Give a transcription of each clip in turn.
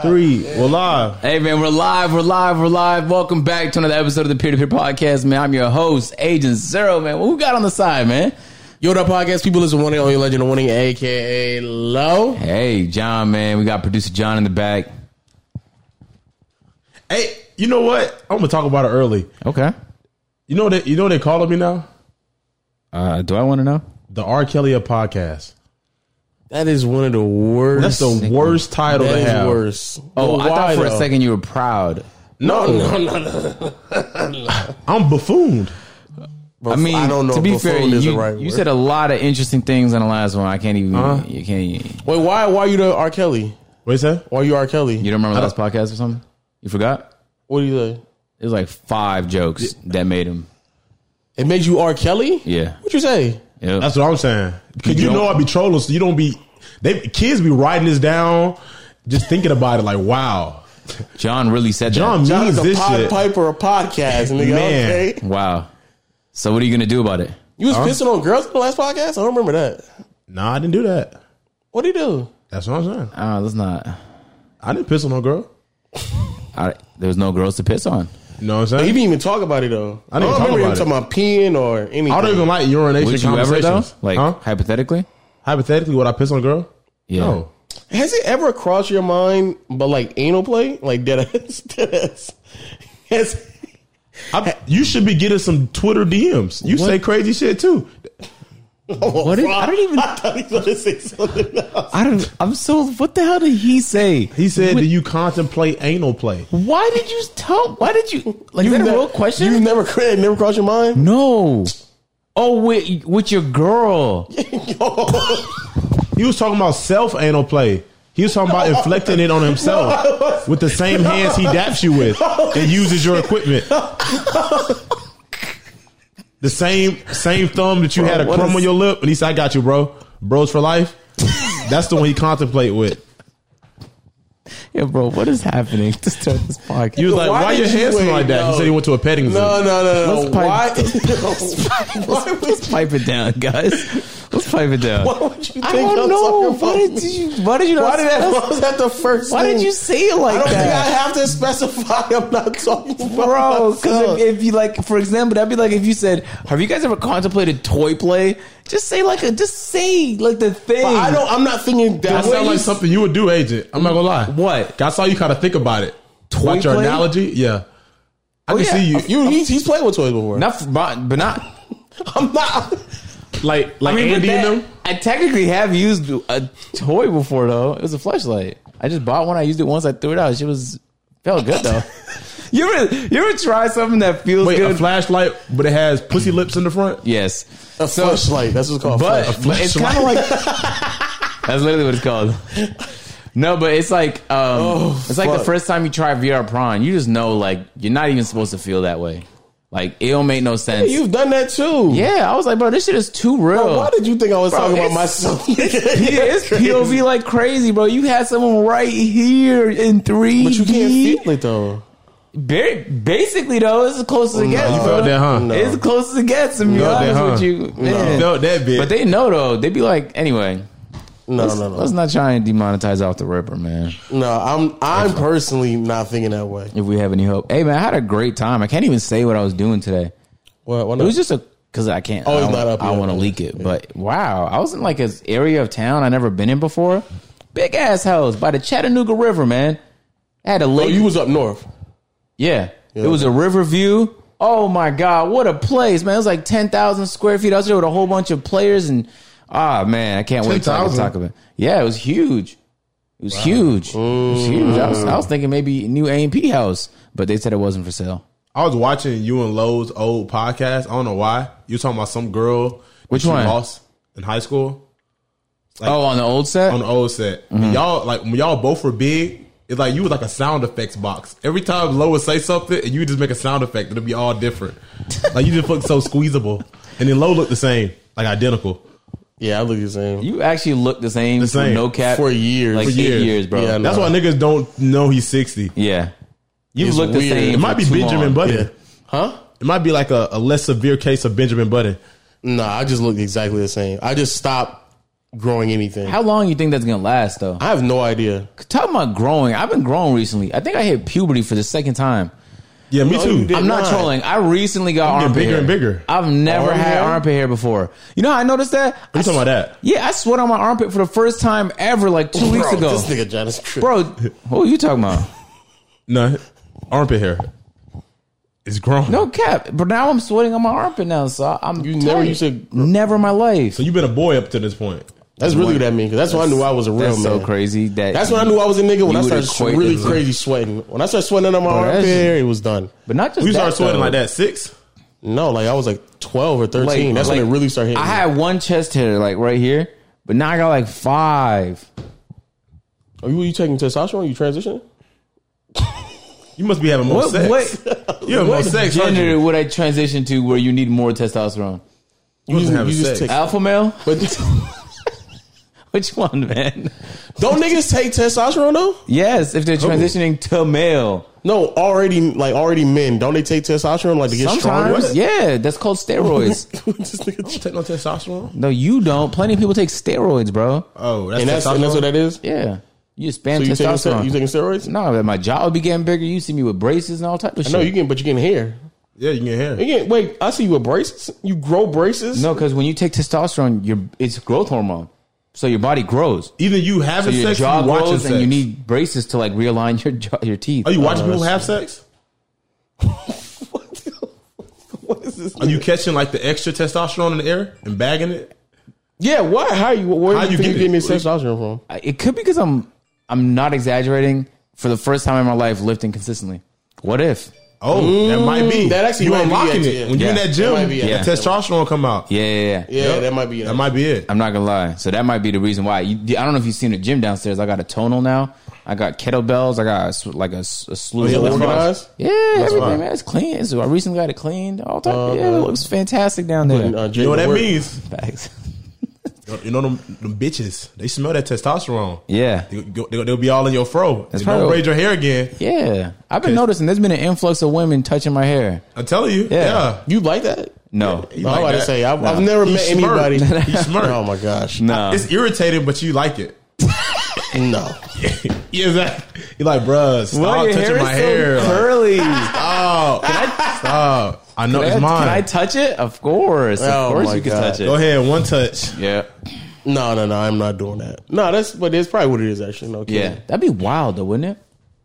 Three. We're live. Hey man, we're live, we're live, we're live. Welcome back to another episode of the Peer to Peer Podcast, man. I'm your host, Agent Zero, man. What we got on the side, man? Yo, that podcast people listen one on your legend of winning, aka Low. Hey, John, man. We got producer John in the back. Hey, you know what? I'm gonna talk about it early. Okay. You know that you know what they calling me now? Uh, do I want to know? The R. Kelly of podcast. That is one of the worst. That's the Sick. worst title that to is have. worse. Oh, I thought why, for a though? second you were proud. No, no, no, no. I'm buffooned. I mean, I don't know to be if fair, buffoon you, is the right you word. Uh-huh. said a lot of interesting things on the last one. I can't even. You can't. even- Wait, why? Why you the R. Kelly? What's that? Why you R. Kelly? You don't remember last podcast or something? You forgot? What do you say? It was like five jokes that made him. It made you R. Kelly? Yeah. What you say? Yep. That's what I'm saying. Cause you don't- know I be trolling, so you don't be. They kids be writing this down, just thinking about it. Like, wow, John really said that. John John's means a this pod shit. pipe or a podcast, nigga. Man. Okay. Wow. So what are you gonna do about it? You was pissing on girls in the last podcast? I don't remember that. Nah, I didn't do that. What do you do? That's what I'm saying. Oh, that's not. I didn't piss on no girl. I, there was no girls to piss on. You know what I'm He saying? didn't even talk about it though. I didn't don't talk remember him about it. talking about peeing or anything. I don't even like urination Would you ever conversations. though? Like Huh? hypothetically? hypothetically, would I piss on a girl? Yeah. No. Has it ever crossed your mind, but like anal play, like dead ass, dead ass? Has, I, you should be getting some Twitter DMs. You say crazy shit too. What did- I don't even- Oh, I thought he was gonna say something else. I don't. I'm so. What the hell did he say? He said, "Do you contemplate anal play?" Why did you tell? Why did you? Like, is that a never- real question? You never, it never crossed your mind. no. Oh, with with your girl. He was talking about self anal play. He was talking about inflicting it on himself with the same hands he daps you with and uses your equipment. the same same thumb that you had a what crumb is- on your lip, and he said, "I got you, bro. Bros for life." That's the one he contemplate with. Yeah, bro. What is happening to start this podcast? He was like, "Why, Why did your you hands smell wait? like that?" He No. said he went to a petting zoo. No, no, no, no. Let's pipe- Why? why let's would pipe it down, guys. Let's pipe it down. Why would you think I I'm don't know. talking Why about did you? Why did you? why not- did that? Why was that the first? Why did thing? you say it like I don't that? think I have to specify. I'm not talking about Bro, myself. because if, if you like, for example, that'd be like if you said, "Have you guys ever contemplated toy play?" Just say like a, just say like the thing. But I don't. I'm not thinking That that. sounds way. like something you would do, agent. I'm not gonna lie. What? I saw you kind of think about it. Toy about your play? analogy, yeah. I can yeah. see you. You, he's, he's played with toys before. Not, f- but, but not. I'm not. like like I mean, Andy with that, and them. I technically have used a toy before though. It was a flashlight. I just bought one. I used it once. I threw it out. She was felt good though. you ever you ever try something that feels Wait, a good? flashlight, but it has pussy lips in the front. yes, A flashlight. That's what's called. but flashlight. but it's kind of like that's literally what it's called. No, but it's like um, it's like the fuck. first time you try VR prawn, you just know like you're not even supposed to feel that way. Like it don't make no sense. you've done that too. yeah, I was like, bro, this shit is too real. Bro, why did you think I was Bro, talking about it's- myself? it's POV like crazy, bro. You had someone right here in three. But you can't feel it though. basically, though, it's the closest it gets. You bro. felt that, huh? No. It's the closest it gets. To be Felt that, honest huh? with you, man. You felt that bitch. But they know though. They be like, anyway. No, Let's, no, no, let's not try and demonetize off the ripper, man. no. I'm I'm personally not thinking that way. If we have any hope, hey man, I had a great time. I can't even say what I was doing today. What? Why It not? was just a because I can't. Oh, I it's don't- not up I yet. want to leak it, but wow, I was in like this area of town I never been in before. Big ass house by the Chattanooga River, man. I had a oh, lake. you was up north. yeah. it was a river view. Oh my god, what a place, man! It was like ten thousand square feet. I was there with a whole bunch of players, and ah man, I can't wait till I can 10,000? talk about. it. Yeah, it was huge. It was huge. It was huge. I was, I was thinking maybe new A and P house, but they said it wasn't for sale. I was watching you and Lowe's old podcast. I don't know why. You were talking about some girl Which that you one? lost in high school oh, on the old set. on the old set. And y'all like when y'all both were big, it's like you was like a sound effects box. Every time Lowe would say something and you would just make a sound effect, it'll be all different. like you just look so squeezable. And then Lowe looked the same, like identical. Yeah, I look the same. You actually look the same, The For same. no cap For years. like For eight years, years. bro. Yeah, I know. Yeah, That's why niggas don't know he's sixty. you It's look the weird. same. It might be for too Benjamin long. Button. Huh? It might be like a, a less severe case of Benjamin Button. Nah, I just look exactly the same. I just stopped growing anything. How long you think that's gonna last though? I have no idea. Talking about growing, I've been growing recently. I think I hit puberty for the second time. Yeah, me No, you too. didn't. I'm not Why? trolling. I recently got getting armpit bigger hair. and bigger. I've never Arm had hair? armpit hair before. You know how I noticed that? I'm talking about that. Yeah, I sweat on my armpit for the first time ever, like two weeks Bro, ago. This nigga John is crazy. Bro, who are you talking about? No, armpit hair. It's grown. No cap. But now I'm sweating on my armpit now, so I- I'm. You never tight. used to- Never in my life. So you've been a boy up to this point. that's really what that means. That's, when I knew I was a real That's so man. crazy. That That's when I knew I was a nigga. When You I would started equate really it to- crazy sweating. When I started sweating under my that's- armpit, hair, it was done. But not just We that, started sweating though. like that six. No, like I was like twelve or Like- thirteen. that's when like, it really started hitting. I me. had one chest hair like right here, but now I got like five. Are Oh, you, you taking testosterone? You transitioning? You must be having more What sex. what You have more sex, aren't gender you? would I transition to where you need more testosterone? You wasn't You- having you just sex. take- Alpha male? But Which one, man? don't niggas take testosterone though? Yes, if they're transitioning to male. No, already like already men. Don't they take testosterone like to get Sometimes, stronger? yeah, that's called steroids. This nigga- Take no testosterone. no, you don't. Plenty of people take steroids, bro. Oh, that's and that's testosterone. and that's what that is. Yeah, you expand So you taking, testosterone. ste- you taking steroids? no, man, my jaw would be getting bigger. You see me with braces and all type of shit. No, you can, but you getting hair. yeah, you can You hear. getting, wait, I see you with braces. You grow braces. No, because when you take testosterone, your it's growth hormone, so your body grows. Either you having Your sex, jaw or you watching grows, sex. and you need braces to like realign your jaw, your teeth. Are you Oh, watching people have sex? what is this? Are you catching like the extra testosterone in the air and bagging it? Yeah, why? How you? Where How you, you think you get it? getting this testosterone from? I- It could be because I'm I'm not exaggerating. For the first time in my life, lifting consistently. What if? Oh, that might be. that actually you might be unlocking it, it, yeah. when you in Yeah. that That gym. might be it. the Yeah. testosterone come out. Yeah, yeah, yeah. Yeah, that might be. It. That might be it. I'm not gonna lie. So that might be the reason why. You, I don't know if you've seen the gym downstairs. I got a tonal now. I got kettlebells. I got a sw- like a, s- a slew. Is it of Oh, that's different- organized. yeah, everything fine. Uh, man. It's clean. It's- I recently got it cleaned. All type. yeah, it looks fantastic down there. Uh, You know what that work. means? Facts. You know them, them bitches. They smell that testosterone. Yeah, They, go- they, will be all in your fro. They probably- don't braid your hair again. yeah. I've been noticing there's been an influx of women touching my hair. I'm telling you. Yeah. Yeah. You like that? No, You No, like I gotta that. say, I've, I've Nah. never He met smirked. anybody. He smirked. oh my gosh, no. It's irritating, but you like it. no. yeah, exactly. You're like, bruh, stop Well, your touching hair is my so hair. Like, curly. oh, can I? Stop. I know it's Can mine. I touch it? Of course, Oh, of course my you can God. touch it. Go ahead, one touch. Yeah, No, no, no. I'm not doing that. No, that's but it's probably what it is actually. No, kidding. yeah. That'd be wild, though, wouldn't it?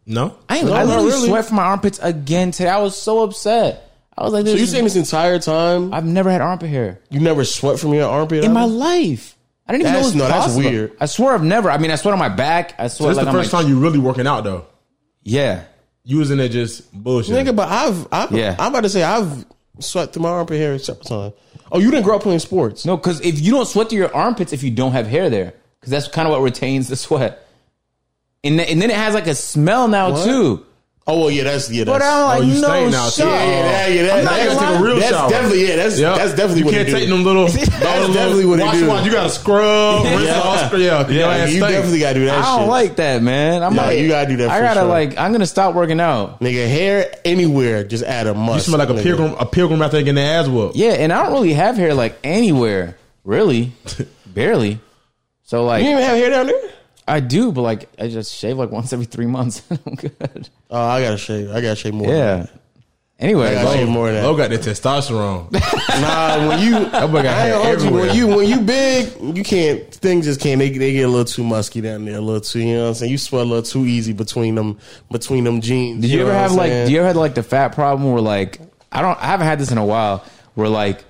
No, I, ain't, No, I not literally really. sweat from my armpits again today. I was so upset. I was like, So this you is- saying this entire time I've never had armpit hair you never sweat from your armpit? in my out? life. I didn't even That's- know it was no, that's possible. weird. I swear I've never. I mean, I sweat on my back. I so sweat this like the on my first time you really working out though. Yeah, You was in there just bullshit. nigga. But I've, I've Yeah. I'm about to say I've sweat through my armpit hair several times. Oh, you didn't grow up playing sports? no, because if you don't sweat through your armpits, if you don't have hair there, because that's kind of what retains the sweat. And then, and then it has like a smell now What? too. Oh well, yeah, that's yeah. But That's, I'm like, Oh, you no stink now, shot. too. yeah, yeah, that, yeah, that, I'm not that's, gonna lie. a real that's shower. definitely yeah. That's Yep. that's definitely you what can't it take do. them little. That's definitely what it wash do. wash, You got to scrub. rinse Yeah. all scrub. Yeah, 'cause your Yeah, ass you stink. definitely gotta do that. I don't shit. like that, man. I'm Yeah, like, you gotta do that I for gotta sure. like, I'm gonna stop working out. Nigga, hair anywhere, just add a You must. smell like a nigga. pilgrim. A pilgrim after getting their ass whooped. Yeah, and I don't really have hair like anywhere, really, barely. So You like even have hair down there? I do, but like I just shave like once every three months. I'm good. Oh, I gotta shave. I gotta shave more. Yeah. Anyway, I gotta shave more than Lo that. got the testosterone. Nah, when you, boy got I ain't hair gonna hold you, everywhere. when you when you big, you can't. Things just can't. They, they get a little too musky down there, a little too. You know what I'm saying? You sweat a little too easy between them between them jeans. did you, ever know what have I'm like? saying? Do you ever had like the fat problem where like I don't? I haven't had this in a while. Where like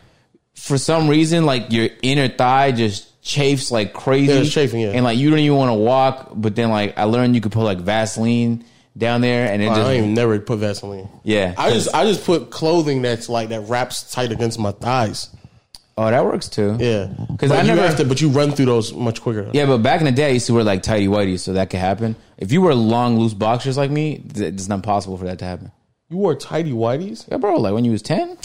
for some reason like your inner thigh just chafes like crazy. Yeah, it's chafing, yeah. And like you don't even want to walk, but then like I learned you could put like Vaseline down there, and it I just don't even never put Vaseline. yeah. I just I just put clothing that's like that wraps tight against my thighs. oh, that works too. Yeah, 'Cause But I you never- have to, but you run through those much quicker. Yeah, but back in the day, I used to wear like tighty whities, so that could happen. If you wear long, loose boxers like me, th- it's not possible for that to happen. You wore tidy whities. Yeah, bro, like when you was ten.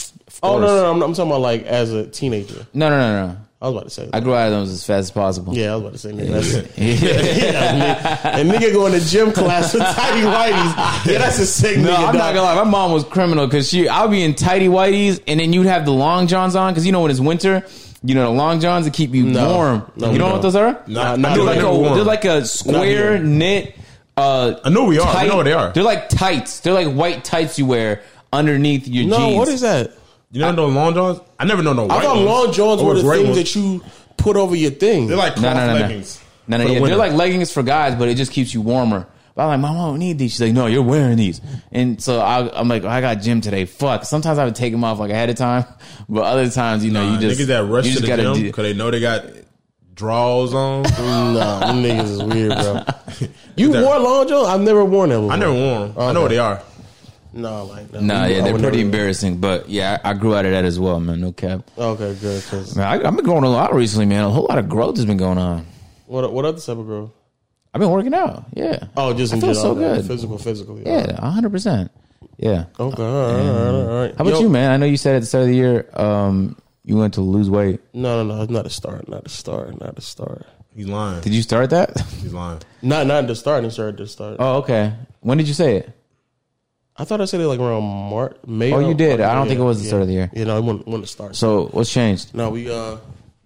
Oh no, no, no I'm, I'm talking about like as a teenager. no, no, no, no! I was about to say. I grew out of those as fast as possible. yeah, I was about to say. Nigga, that's, yeah, nigga, a nigga going to gym class with tidy whities. Yeah, that's a sick No, nigga. I'm not dog. gonna lie. My mom was criminal because she, I'll be in tighty whities, and then you'd have the long johns on because you know when it's winter, You know, the long johns to keep you No. warm. No, you we know don't. what those are? Nah, Nah, I They're knew nah, I like, never a, wore 'em. they're like a square here. knit. Uh, I know we are. I know what they are. They're like tights. They're like white tights you wear underneath your No, jeans. what is that? You never know long johns? I never know no white I thought ones. long johns Or were the gray things ones. that you put over your thing. They're like No, cloth no, no, no. leggings. No, no, for the yeah, winter. they're like leggings for guys, but it just keeps you warmer. But I'm like, Mom, I don't need these. She's like, No, you're wearing these. And so I, I'm like, I got gym today. Fuck. Sometimes I would take them off like ahead of time, but other times, you know, Nah, you just niggas that rush you to just the gotta gym do- because they know they got draws on. nah, them niggas is weird, bro. You They're- wore long johns? I've never worn that. Before. I never wore them. I know what they are. No, like no. Nah, I yeah, they're would pretty never- embarrassing. But yeah, I, I grew out of that as well, man. No cap. Okay, good. 'cause- Man, I, I've been growing a lot recently, man. A whole lot of growth has been going on. What what other type of girl? I've been working out. Yeah. Oh, just I in feel general, so okay, good. Physical, physically. Yeah, hundred percent. Yeah. Okay. All right, all right, all right. How about you, man? I know you said at the start of the year, um, you went to lose weight. No, no, no. Not a start. Not a start. Not a start. He's lying. Did you start that? He's lying. Not not the starting start. The start. Oh, okay. When did you say it? I thought I said it like around March, May. Oh, you did. I don't Yeah, think it was the yeah. start of the year. You know, I want want to start. So So what's changed? no, we uh,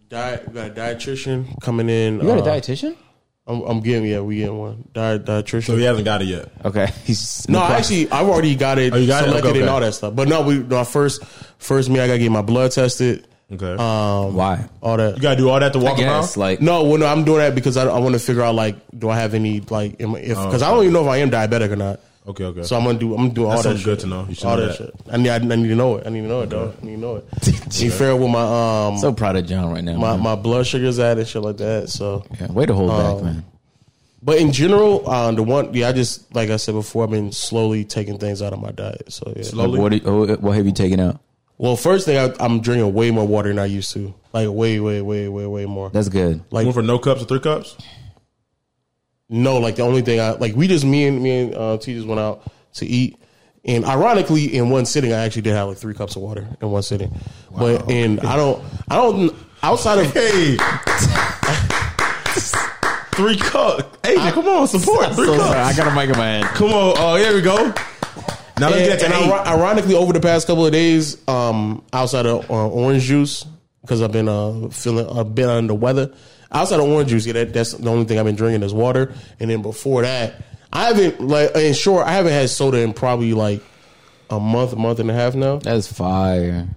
diet got a dietitian coming in. You got a uh, dietitian? I'm, I'm getting yeah, we getting one diet dietitian. So he hasn't got it yet. Okay. He's no, actually, I've already got it Oh, you got it? selected Okay, okay. and all that stuff. But no, we no first first me I gotta get my blood tested. Okay. Um, Why? all you that. gotta do all that to I walk around. guess like No, well, no, I'm doing that because I, I want to figure out like, do I have any like, am Oh, I- if because I don't even know if I am diabetic or not. okay, okay. So I'm gonna do. I'm gonna do all That's that. something good shit. to know. You should all know that, that. shit. I need. I need to know it. I need to know it, dog. I need to know it. Be fair with my um so proud of John right now. my, man. my blood sugars at and shit like that. So, Yeah, way to hold back, Um, man. but in general, um, the one yeah, I just like I said before, I've been slowly taking things out of my diet. So yeah. Slowly. Like, what, do you- what have you taken out? Well, first thing I, I'm drinking way more water than I used to. Like way, way, way, way, way more. That's good. You went for no cups or three cups? No, like the only thing I like, we just me and me and uh, T just went out to eat, and ironically, in one sitting, I actually did have like three cups of water in one sitting. But and I don't, I don't outside of Hey. three cups. Hey, come on, support. Three So cups. sorry. I got a mic in my hand. Come on. Oh, here we go. Now let's get and, to and eight. ir- ironically, over the past couple of days, um, outside of uh, orange juice, because I've been uh, feeling a bit under weather. Outside of orange juice, yeah, that, that's the only thing I've been drinking is water. And then before that, I haven't like in short, I haven't had soda in probably like a month, month and a half now. That's fire.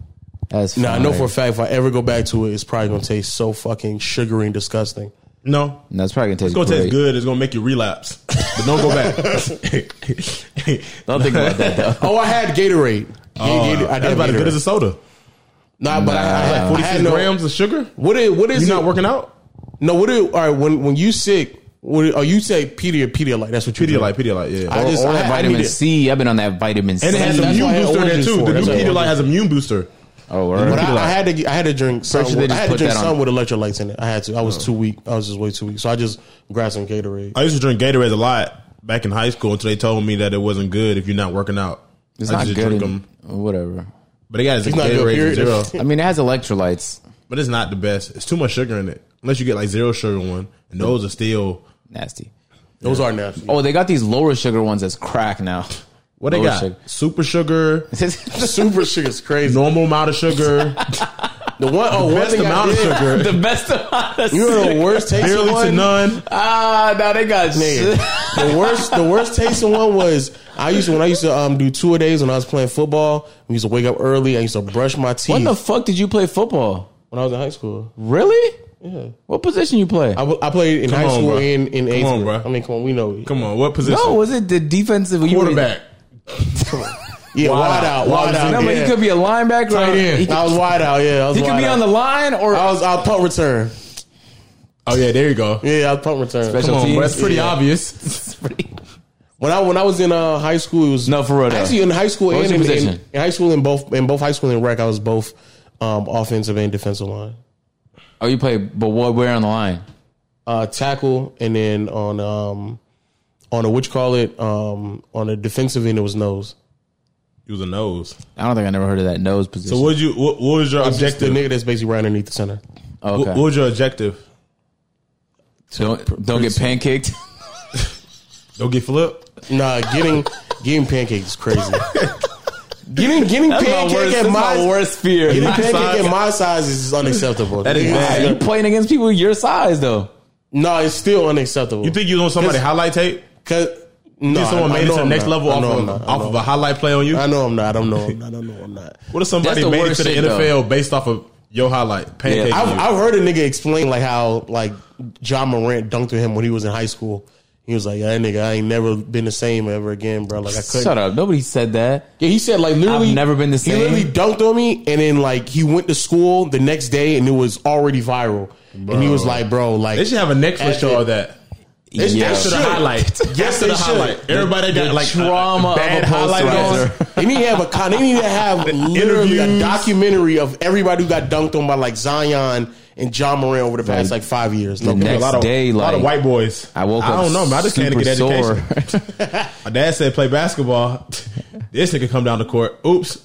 That's fire. Now I know for a fact if I ever go back to it, it's probably gonna taste so fucking sugary and disgusting. No. And that's probably gonna It's taste gonna great. taste good. It's gonna make you relapse. But don't go back. That's Don't think about that though. Oh, I had Gatorade. Ga- Gator- I did have Oh, about as good Gatorade. as a soda. Nah, but I, I, had- I, Like Forty-six had no, grams of sugar. What is, what is You it? not working out? No, what do all right when when you sick? What oh you say Pedialyte? Pedialyte? That's what you Pedialyte, Drink. Pedialyte, yeah. I Or, just or I, that I vitamin need it. C. I've been on that vitamin C. and it has that's an why I immune had booster in there oranges too. for it. The new That's why I Pedialyte had oranges. has an immune booster. oh, word. But I, I had to get- I had to drink some. First, they I just had to put drink that on. some with electrolytes in it. I had to. I was too weak. I was just way too weak. So I just grabbed some Gatorade. I used to drink Gatorade a lot back in high school until they told me that it wasn't good if you're not working out. it's I not used to good. drink in- Whatever. But they got this not good, Gatorade period. zero. I mean, it has electrolytes. But it's not the best. It's too much sugar in it. Unless you get like zero sugar one. And those are still Nasty. Those are nasty. Oh, they got these lower sugar ones that's crack now. what they Lower got? sugar. Super sugar, the Super sugar is crazy. normal amount of sugar, The one oh one best thing I amount of did- sugar, best amount of You know sugar. the worst tasting barely one. to none. Ah, now they got shit. Nigga, the worst, the worst tasting one was I used to when I used to um, do two a days when I was playing football. We used to wake up early. I used to brush my teeth When the fuck did you play football? when I was in high school. Really? Yeah. What position you play? I, w- I played in high on, school bro. and in Come eighth. on, grade. bro. I mean, come on, we know. Come on, what position? no, was it the defensive? you were- quarterback. Yeah, Wide wide, out. out, Wide wide out. out. No, but yeah. he could be a linebacker. or- Tight end. He could, I was wide out. Yeah, I was. he could wide be out. on the line or I was. I was punt return. Oh yeah, there you go. Yeah, I was punt return. Special Come on, teams. bro, that's pretty Yeah. obvious. When I when I was in uh, high school, it was No, for real, though. Actually, in high school What was and your in, in, position? in high school and both in both high school and rec, I was both um, offensive and defensive line. Oh, you play, but what? Where on the line? uh, tackle, and then on um, on a what you call it um, on the defensive end it was nose. He was a nose. I don't think I never heard of that nose position. So what you what, what was your Just the objective? nigga that's basically right underneath the center. Oh, What, okay. what was your objective? don't don't get pancaked. Don't get flipped. Nah, getting getting pancakes is crazy. Getting getting That's my pancake worst, at that's my my worst fear. getting My pancake size. at my size is unacceptable. That is It's bad. You gonna- playing against people your size though. No, it's still unacceptable. You think you on somebody highlight tape? Cause no, Think someone I- I made it know to the I'm next not. level I off, know I'm of, not. I off know of a highlight play on you? I know I'm not. I don't know. I'm not. I don't know. I'm not. What if somebody That's the made it worst to the shit, NFL based off of your highlight? Pancake. Yeah. you. I've, I've heard a nigga explain like how like John Morant dunked on him when he was in high school. He was like, "Yeah, that nigga, I ain't never been the same ever again, bro. Like I couldn't." Shut up. Nobody said that. Yeah, he said like literally, I've never been the same. He literally dunked on me, and then like he went to school the next day, and it was already viral. And he was like, "Bro, like they should have a Netflix That's show it. of that. It's- Yeah. After that's the Should. highlight. Yes, After they the should. highlight. Everybody got the like trauma of bad a highlight posterizer. on. They need to have a con. They need to have literally a interviews. documentary of everybody who got dunked on by like Zion and John Moran over the past like five years. No, next- A lot of, Day, a lot of like, white boys. I woke I up don't know, man. I just can't super get education. My dad said play basketball. this nigga come down the court. Oops.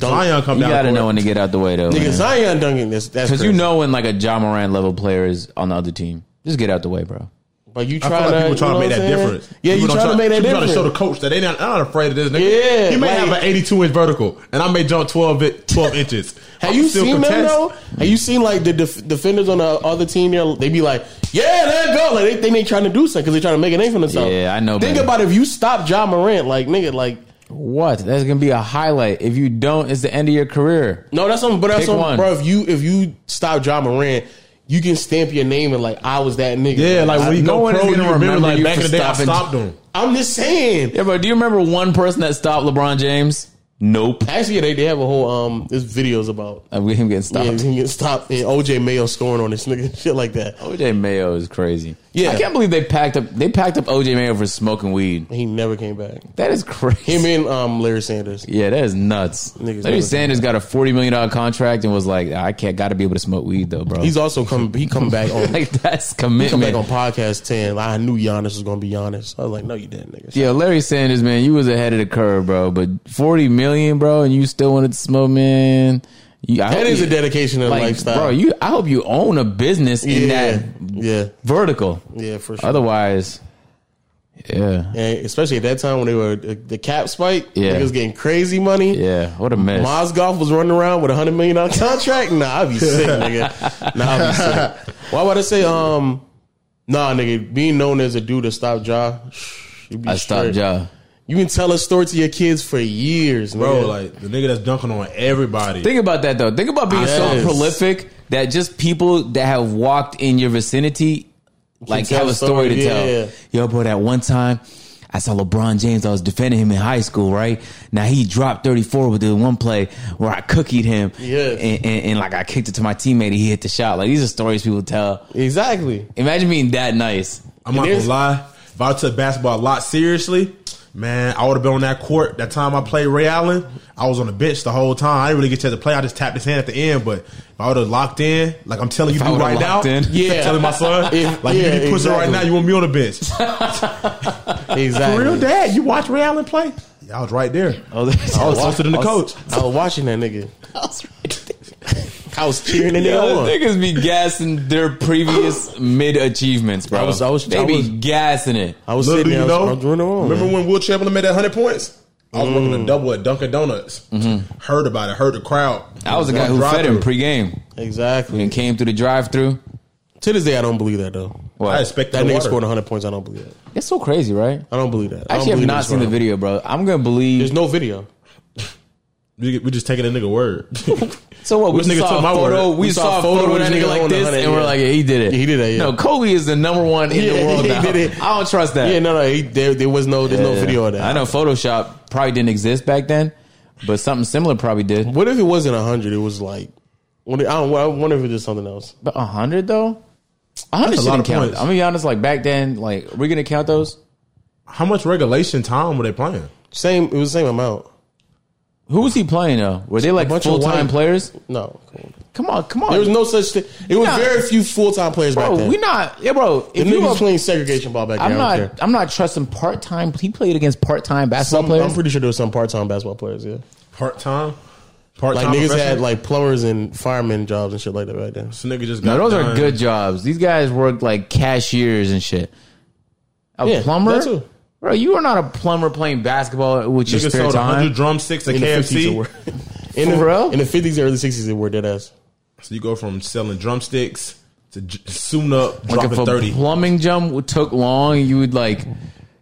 Zion come You down. gotta the court. know when to get out the way though. nigga, Zion dunking this. That's Because crazy. you know when like a John Moran level player is on the other team. Just get out the way, bro. but you I feel try like to people trying you to know make what that I'm saying? difference. Yeah, you People trying don't to make that people difference. Trying to show the coach that they not, I'm not afraid of this nigga. Yeah, he may like- have an 82 inch vertical, and I may jump 12 it- 12 inches. Have I'm you still seen them contest. though? Have you seen like the def- defenders on the other team? There, they be like, "Yeah, let it go!" Like they think they trying to do something because they trying to make a name for themselves. Yeah, I know, Think man. about if you stop John Morant, like nigga, like What? That's gonna be a highlight. If you don't, it's the end of your career. no, that's something. But that's Pick something, one. bro. If you if you stop John Morant, you can stamp your name and like I was that nigga. Yeah, like when you no go one is pro, you gonna remember remember like you back in for the day, I stopping- stopped him. I'm just saying. Yeah, bro. Do you remember one person that stopped LeBron James? Nope. Actually, yeah, they, they have a whole um. There's videos about I'm him getting yeah, stopped. him getting stopped and OJ Mayo scoring on this nigga, and shit like that. OJ Mayo is crazy. Yeah. I can't believe they packed up. They packed up OJ Mayo for smoking weed. He never came back. That is crazy. Him and um Larry Sanders. yeah, that is nuts. Niggas Larry never- Sanders got a forty million dollar contract and was like, "I can't, got to be able to smoke weed though, bro." He's also come. He come back on. like that's come back commitment. on podcast ten. I knew Giannis was gonna be Giannis. I was like, no, you didn't, nigga. Yeah, Larry Sanders, man, you was ahead of the curve, bro. But forty million, bro, and you still wanted to smoke, man. You, I that hope is you- a dedication to like, lifestyle, bro. You, I hope you own a business yeah, in that yeah, vertical. yeah, for sure. Otherwise, yeah, and especially at that time when they were the, the cap spike, Yeah. niggas getting crazy money. yeah. What a mess. Mozgov was running around with a hundred million dollar contract. Nah, I'd be sick, nigga. Nah, I'd be sick. Why would I say um? Nah, nigga, being known as a dude to stop jaw. I stopped Ja. You can tell a story to your kids for years, Bro, nigga. like the nigga that's dunking on everybody. Think about that though. Think about being Yes. so prolific that just people that have walked in your vicinity like tell have a a story, story, to yeah, tell. yeah. Yo, bro, that one time I saw LeBron James. I was defending him in high school, right? Now he dropped 34 with the one play where I cookied him. Yeah. And, and, and like I kicked it to my teammate and he hit the shot. Like these are stories people tell. exactly. Imagine being that nice. I'm not It gonna is- lie. If I took basketball a lot seriously, man, I would have been on that court. That time I played Ray Allen, I was on the bench the whole time. I didn't really get to the play. I just tapped his hand at the end. But if I would have locked in, like I'm telling you, I do would've right now, locked in. yeah, Yeah. telling my son, If- like yeah, you be pushing right exactly. now, you want me on the bench. Exactly. Real dad, you watch Ray Allen play. Yeah, I was right there. Oh, I Oh, was I was closer than the I was- coach. I was watching that nigga. I was cheering the nigga Yo, on. niggas be gassing their previous mid achievements, bro. I was- I was- they I be was- gassing it. I was Little sitting do there. you I was, know. I was cheering him on. remember when Will Chamberlain made that hundred points? I was working a double at Dunkin' Donuts. Heard about it. Heard the crowd. I was the guy who Drive fed him through. pregame exactly. and came through the drive-through. To this day, I don't believe that though. I What? expected That the nigga water. scored 100 points. I don't believe that. It's so crazy, right? I don't believe that. I actually I don't have believe not this seen the round. video, bro. I'm gonna believe. There's no video. We, we just taking a nigga word. so what? We This nigga saw took a my word. photo. We, saw a photo of that this nigga nigga like on the this, 100, and we're yeah. like, yeah, he did it. Yeah, he did that, yeah. No, Kobe is the number one in the Yeah, world he now. did it. I don't trust that. Yeah, no, no. He, there, there was no. There's no video of that. I know Photoshop probably didn't exist back then, but something similar probably did. What if it wasn't 100? It was like. what- I, don't, I wonder if it was something else. But a hundred though, a hundred That's a lot shouldn't of count. points. I'm gonna be honest. Like back then, like we're gonna count those. How much regulation time were they playing? Same. It was the same amount. Who was he playing though? Were they like bunch of full time white- players? No, come on. Come on, come on. there was no such thing. It was Nah. very few full time players back bro, then. we not. Yeah, bro. the If niggas you was were playing segregation ball back then. I'm I don't not. care. I'm not trusting part time. He played against part time basketball Some, I'm players. pretty sure there was some part time basketball players. Yeah, Part time, part like time. niggas had like plumbers and firemen jobs and shit like that right there. this nigga just. no, got those are done. good jobs. These guys work like cashiers and shit. A plumber. that too. Bro, you are not a plumber playing basketball with your Nigga spare sold time. 100 drumsticks at In the 50s, it KFC. were. In For the, real? in the 50s, and early 60s, they were dead ass. So you go from selling drumsticks to j- soon up Like if dropping a 30. plumbing jump would- took long, you would like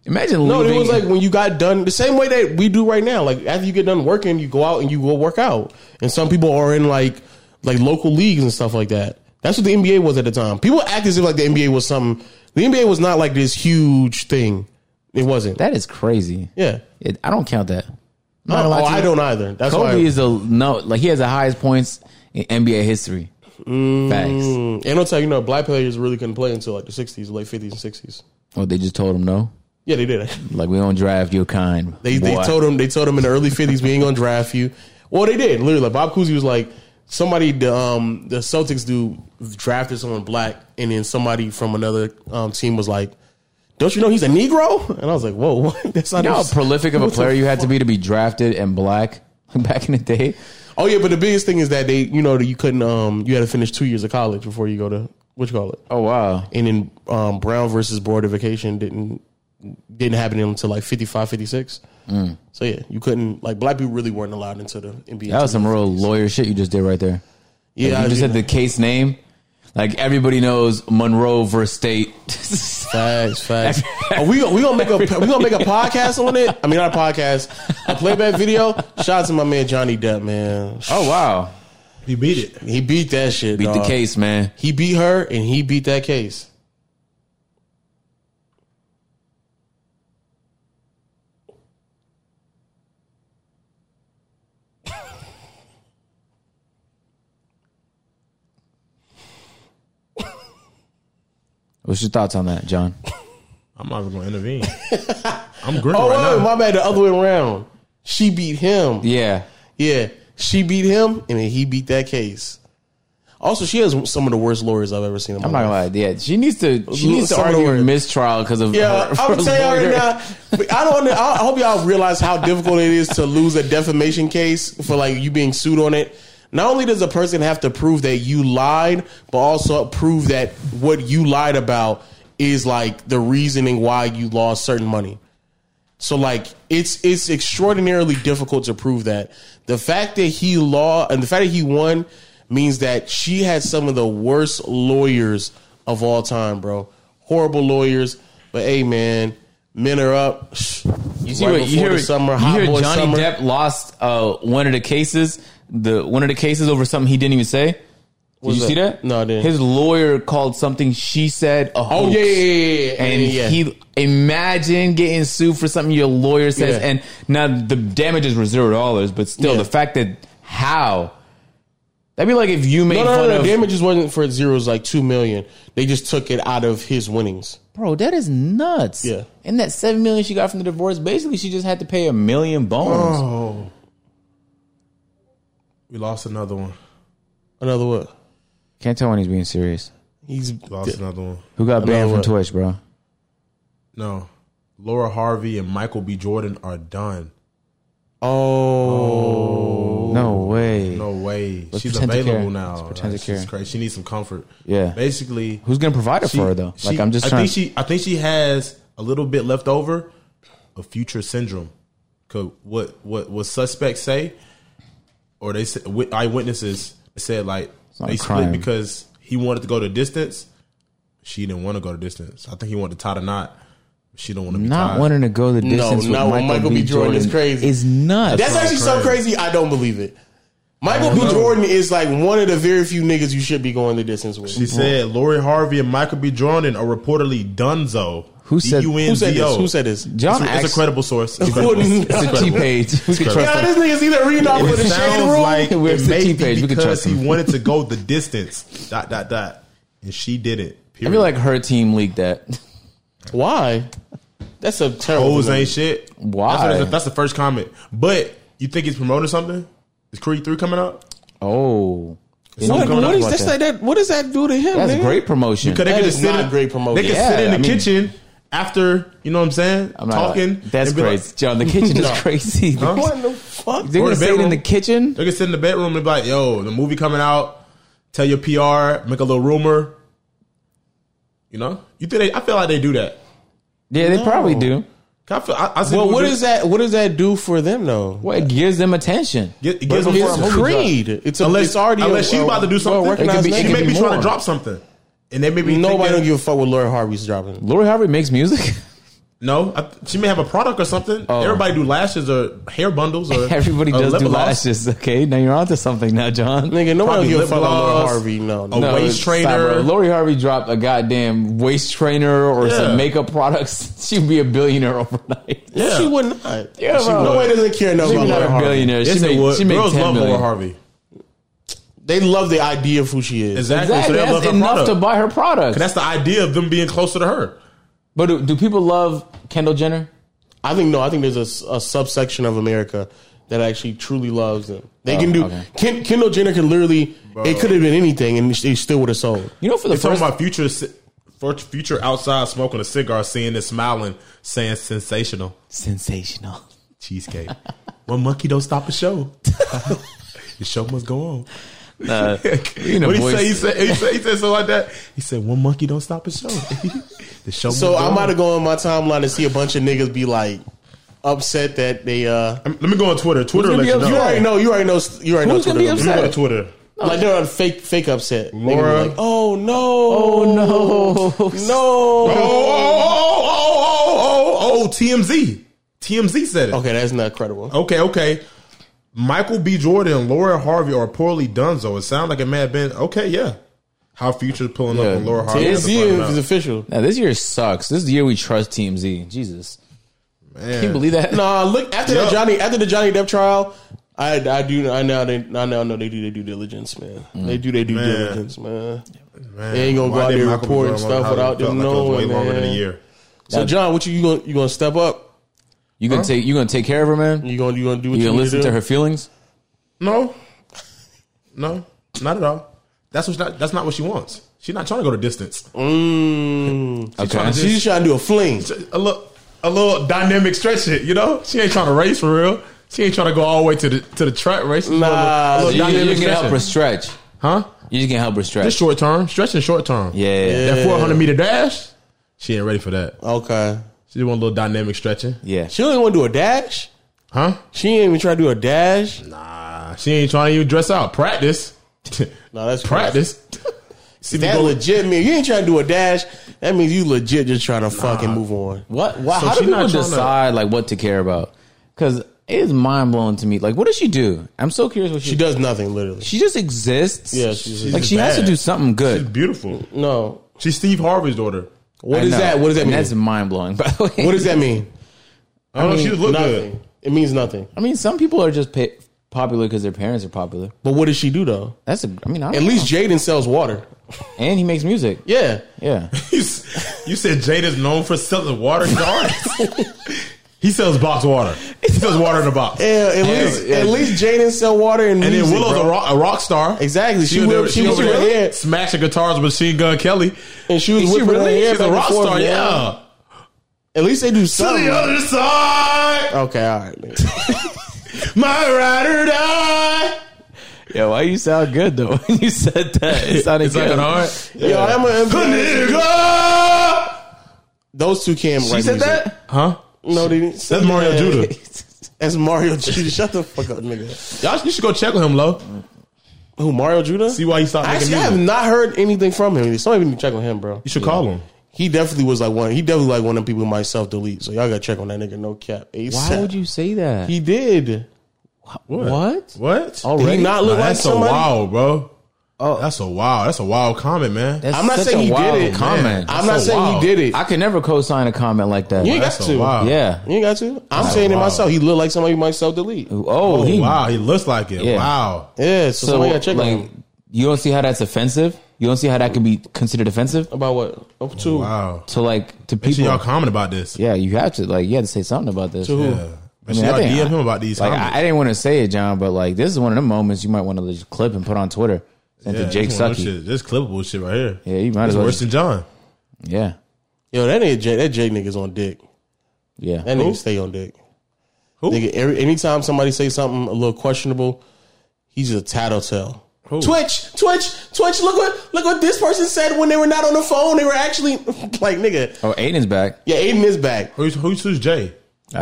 imagine No, leaving. it was like when you got done, the same way that we do right now. Like after you get done working, you go out and you go work out. And some people are in like like local leagues and stuff like that. That's what the NBA was at the time. People act as if like the NBA was something. The NBA was not like this huge thing. It wasn't. that is crazy. yeah. It, I don't count that. No, gonna lie oh, to you. I don't either. That's why. Kobe is the no, like he has the highest points in NBA history. Facts. Mm, and I'll tell you, you know, black players really couldn't play until like the 60s, late 50s and 60s. Oh, they just told him no. Yeah, they did. Like we don't draft your kind. They they boy. told him they told him in the early fifties we ain't gonna draft you. Well, they did literally. Like Bob Cousy was like somebody the um the Celtics dude drafted someone black, and then somebody from another um, team was like, "Don't you know he's a Negro?" And I was like, "Whoa, what? that's not You know how even- prolific of a what the player you had to fuck? be to be drafted and black back in the day. Oh yeah, but the biggest thing is that they you know that you couldn't um you had to finish two years of college before you go to what you call it. Oh wow. And then um, Brown versus Board of Vacation didn't didn't happen until like 55, 56. Mm. So yeah, you couldn't like black people really weren't allowed into the NBA. That was some real lawyer shit you just did right there. yeah, I you just was- said the case name. Like everybody knows Monroe versus State. Facts, facts. Are we we gonna make a we gonna make a podcast on it? I mean, not a podcast, a playback video. Shout out to my man Johnny Depp, man. oh wow. He beat it. He beat that shit. Beat the dog. case, man. He beat her, and he beat that case. What's your thoughts on that, John? I'm not even going to intervene. I'm grinning Oh, right wait, now. my bad. The other way around. She beat him. Yeah. Yeah, she beat him, and then he beat that case. Also, she has some of the worst lawyers I've ever seen. In my I'm not gonna lie. Yeah, she needs to. She Lou- needs to some of the argue words. mistrial because of. Yeah, her- I'm gonna tell y'all right now. but I don't. under- I I hope y'all realize how difficult it is to lose a defamation case for like you being sued on it. Not only does a person have to prove that you lied, but also prove that what you lied about is like the reasoning why you lost certain money. So like it's it's extraordinarily difficult to prove that. The fact that he law and the fact that he won means that she had some of the worst lawyers of all time, bro. Horrible lawyers. But hey man, men are up. You see Right what you before hear? the summer, you hot hear boy Johnny summer. Depp lost uh, one of the cases. The one of the cases over something he didn't even say. Did was you see that? that? No, I didn't. His lawyer called something she said a Oh hoax. yeah, yeah, yeah, yeah. And yeah, yeah. he imagine getting sued for something your lawyer says, Yeah. and now the damages were zero dollars. But still, Yeah. the fact that how that'd be like if you made no, no, fun no, no. of Damages wasn't for zeros like two million. They just took it out of his winnings. Bro, that is nuts. Yeah. And that seven million she got from the divorce, basically she just had to pay a million bones. Oh. We lost another one. Another what? Can't tell when he's being serious. He's Lost another one. Who got banned know from what- Twitch, bro? No. Laura Harvey and Michael B. Jordan are done. oh. No way. No way. She's pretend to available care. now. Let's pretend Like, to care. She's crazy. She needs some comfort. Yeah. Basically, Who's gonna provide it she- for her though? she- like I'm just I trying. think she. I think she has a little bit left over of future syndrome. Cause what what what suspects say, or they said wit- eyewitnesses said like not they a split crime. because he wanted to go to distance. She didn't want to go to distance. I think he wanted to tie the knot. She don't want to be not tied. wanting to go the distance not with when Michael, B. Jordan, is crazy. Is nuts. That's actually so crazy. I don't believe it. Michael B. Jordan is like one of the very few niggas you should be going the distance with. She said Lori Harvey and Michael B. Jordan are reportedly dunzo. Who said- Who said D-U-N-Z-O. this? Who said this? It's, John a- it's a acts- credible source. It's, Who credible. is- It's It's a T credible. page. We could It's trust Yeah, them. this nigga's either reading off It of the shade sounds room. like Where's it the may tea page? be We could because trust he him. wanted to go the distance. Dot dot dot, and she did it. I Period. feel like her team leaked that. Why? That's a terrible. hoes movie. ain't shit. Why? That's, what- that's the first comment. But you think he's promoting something? Is Creed three coming up? Oh, Is What, something coming what up? is about that's that. like that? What does that do to him? that's nigga? great promotion. Because they That could is just sit not in, great promotion. They could Yeah, sit in the I mean- kitchen after you know what I'm saying, I'm not- talking. That's and be like- crazy, John. The kitchen is crazy. Huh? What in the fuck? They're Or the gonna say it in bedroom. the kitchen. They could sit in the bedroom and be like, "Yo, the movie coming out. Tell your PR, make a little rumor." You know, you think they, I feel like they do that. Yeah, they probably do. I feel, I, I see Well, people what do- does that? What does that do for them though? Well, it gives them attention. Get, get It's them for a a movie creed. It's, a, unless it's already unless a, she's about to do something, Well, It could be- she it may could be, be trying more. to drop something, and they may be Nobody don't thinking, give a fuck what Lori Harvey's dropping. Lori Harvey makes music. no. I, she may have a product or something. Everybody do lashes or hair bundles or Oh. Everybody or does lip do gloss. lashes. Okay, now you're onto something now, John. Nigga, nobody Probably don't give a lip fuck about Lori gloss. Harvey. No, Oh, no. No, waist stop, trainer. bro. Lori Harvey dropped a goddamn waist trainer or Yeah. some makeup products. She'd be a billionaire overnight. Yeah. She would not. Yeah, she bro. nobody doesn't care enough She'd about be Lori not a Harvey. billionaire. She Yes, they made, would. she made Girls 10 love million. Laura Harvey. They love the idea of who she is. Exactly. So Exactly. they love That's her enough product. to buy her products. That's the idea of them being closer to her. but do, do people love Kendall Jenner? I think no. I think there's a s- a, subsection of America that actually truly loves them. They Oh, can do. okay. Ken, Kendall Jenner can literally. It could have been anything, and they still would have sold. You know, for the They're talking first about future, si- for- future outside smoking a cigar, seeing this smiling, saying sensational sensational. cheesecake. One monkey don't stop a show. the show must go on. Uh, you know, What he say? He voice. said, he said, he said something like that. He said, "One monkey don't stop a show." the show. So must go I on. might have gone on my timeline and see a bunch of niggas be like upset that they. uh Let me go on Twitter. Twitter, gonna let be you upset? You know. already know. You already know. You already Who's know. gonna be Twitter. Let me go to Twitter. Like they're on fake, fake upset. Niggas be Laura. like, oh no, Oh, no. Oh, no. oh, oh, oh, oh, oh, oh, TMZ. TMZ said it. Okay, that's not credible. Okay, okay. Michael B. Jordan and Laura Harvey are poorly done, so it sounds like it may have been okay, yeah. How Future's pulling Yeah. up on Laura Harvey. It's That's you. fucking It's up. official. Now, this year sucks. This is the year we trust Team Z. Jesus. Can you believe that? Nah, look after Yup. the Johnny after the Johnny Depp trial. I, I do I now they I now know they do their due diligence, man. Mm. They do their due Man. diligence, man. Man, They ain't gonna why go out did there Michael B. Jordan reporting stuff Harvey without felt them like it was way knowing, longer than a man. year? So John, what you you gonna you gonna step up? You gonna take you gonna take care of her, man? You gonna you gonna do what You you, gonna need listen do? to her feelings? No, no, not at all. That's what. Not, that's not what she wants. She's not trying to go to distance. Mm. Okay. She's just trying to do a fling. A little, a little dynamic stretch it. You know, she ain't trying to race for real. She ain't trying to go all the way to the to the track race. She's Nah, a little, a You, little you dynamic can help her stretching. stretch. huh? You just can help her It's stretch. short term stretching, short term. Yeah. Yeah. That 400 meter dash, she ain't ready for that. Okay, She want a little dynamic stretching. she don't even want to do a dash. Huh? She ain't even trying to do a dash. No, Nah, she ain't trying to even dress out. Practice. that's crazy. Practice. See me That go- legit mean you ain't trying to do a dash. That means you legit just trying to fucking move on. What? Why, So how do she not people tryna- decide like what to care about? Because it is mind blowing to me. Like, what does she do? I'm so curious what she. She does nothing literally. She just exists. Yeah, she's just like she has to bad. do something good. beautiful. No. She's Steve Harvey's daughter. What I is know. that? What does that And mean? That's mind blowing. By the way, What does that mean? I don't know. She just look nothing. good. It means nothing. I mean, some people are just pa- popular because their parents are popular. But what does she do though? That's a. I mean, I At least Jaden sells water. and he makes music. Yeah. Yeah, You, s- you said Jada's known for selling water jars. he sells box water. He sells water in a box. Yeah, at least at least Jaden sell water And and, then music, Willow's bro. a rock, a rock star. Exactly. She, She, was whipped- there, she, she, was was over her there hair smashing guitars with Machine Gun Kelly. and she was Is she whipping her really? hair She's back a and rock forth, star, man. yeah. At least they do To something. the other side, Okay, all right. nigga. my ride or die. yeah. Why you sound good though? When you said that, it sounded It's like good. an art. Yo, I'm a NBA. Nigga! Those two can She said that. Huh? No, they didn't. That's Mario Judah. That's Mario Judah. Shut the fuck up, nigga. Y'all, you should go check with him, Lo. Who Mario Judah? See why he stopped making Actually, I have music. not heard anything from him. Somebody need to check on him, bro. You should call him. He definitely was like one. He definitely like one of them people myself delete. So y'all gotta check on that nigga. No cap. ASAP. Why would you say that? He did. what? What? Did Already? he not look Nah, like that's so somebody? wild, bro. Oh, that's a wild. That's a wild comment, man. That's I'm not such saying a he did wild it. Comment. Man, I'm not so saying wild. he did it. I can never co-sign a comment like that. you ain't got that's so to. wild. Yeah. You ain't got to. I'm saying wow. it myself. He looked like somebody myself delete. Oh, Oh he, wow, he looks like it. Yeah. Wow. Yeah. So, So somebody gotta check on like, him. you don't see how that's offensive. You don't see how that can be considered offensive About what? Up to Wow. to like to Make sure people. y'all comment about this. yeah, you have to like you have to say something about this. who? Yeah. Make mean, sure I y'all think DM I- him about these Like comments. I, I didn't want to say it, John, but like this is one of the moments you might want to just clip and put on Twitter. Send Yeah, to Jake this one of them Sucky. shit- This clippable shit right here. Yeah, you might It's as well. worse than John. Yeah, Yo, that ain't Jay. That Jay nigga's on dick. yeah. That Who? nigga stay on dick. Who? Nigga, every, anytime somebody say something a little questionable, he's a tattletale. Twitch, Twitch, Twitch. Look what look what this person said when they were not on the phone. They were actually like nigga. oh, Aiden's back. Uh, Yeah, Aiden is back. Who's who's who's Jay?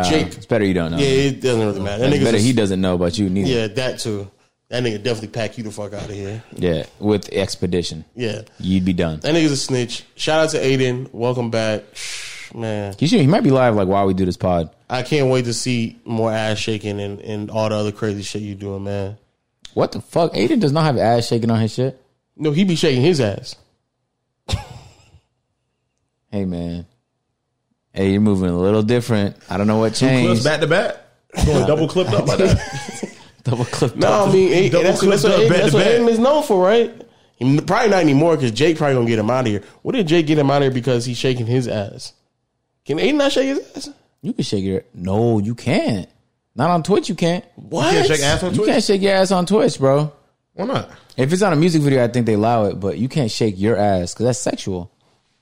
Jake. It's better you don't know. Yeah, it doesn't really matter. That It's nigga's Ah. better a- he doesn't know about you neither. Yeah, that too. That nigga definitely pack you the fuck out of here. Yeah, with expedition, Yeah. you'd be done. That nigga's a snitch. Shout out to Aiden. Welcome back. Shh, Man, He should. He might be live like while we do this pod. I can't wait to see more ass shaking and, and all the other crazy shit you doing, man. What the fuck? Aiden does not have ass shaking on his shit. No, he be shaking his ass. Hey man, hey, you're moving a little different. I don't know what Clips changed. back to back. Going double clipped up like that. Double clip. No, I mean, hey, Double that's, that's what, clip, Aiden, back that's to what back. Aiden is known for, right? He- Probably not anymore because Jake probably gonna get him out of here. What did Jake get him out of here because he's shaking his ass? Can Aiden not shake his ass? You can shake your. No, you can't. Not on Twitch. You can't. What? Can't shake ass on You Twitch. can't shake your ass on Twitch, bro. Why not? If it's on a music video, I think they allow it, but you can't shake your ass because that's sexual.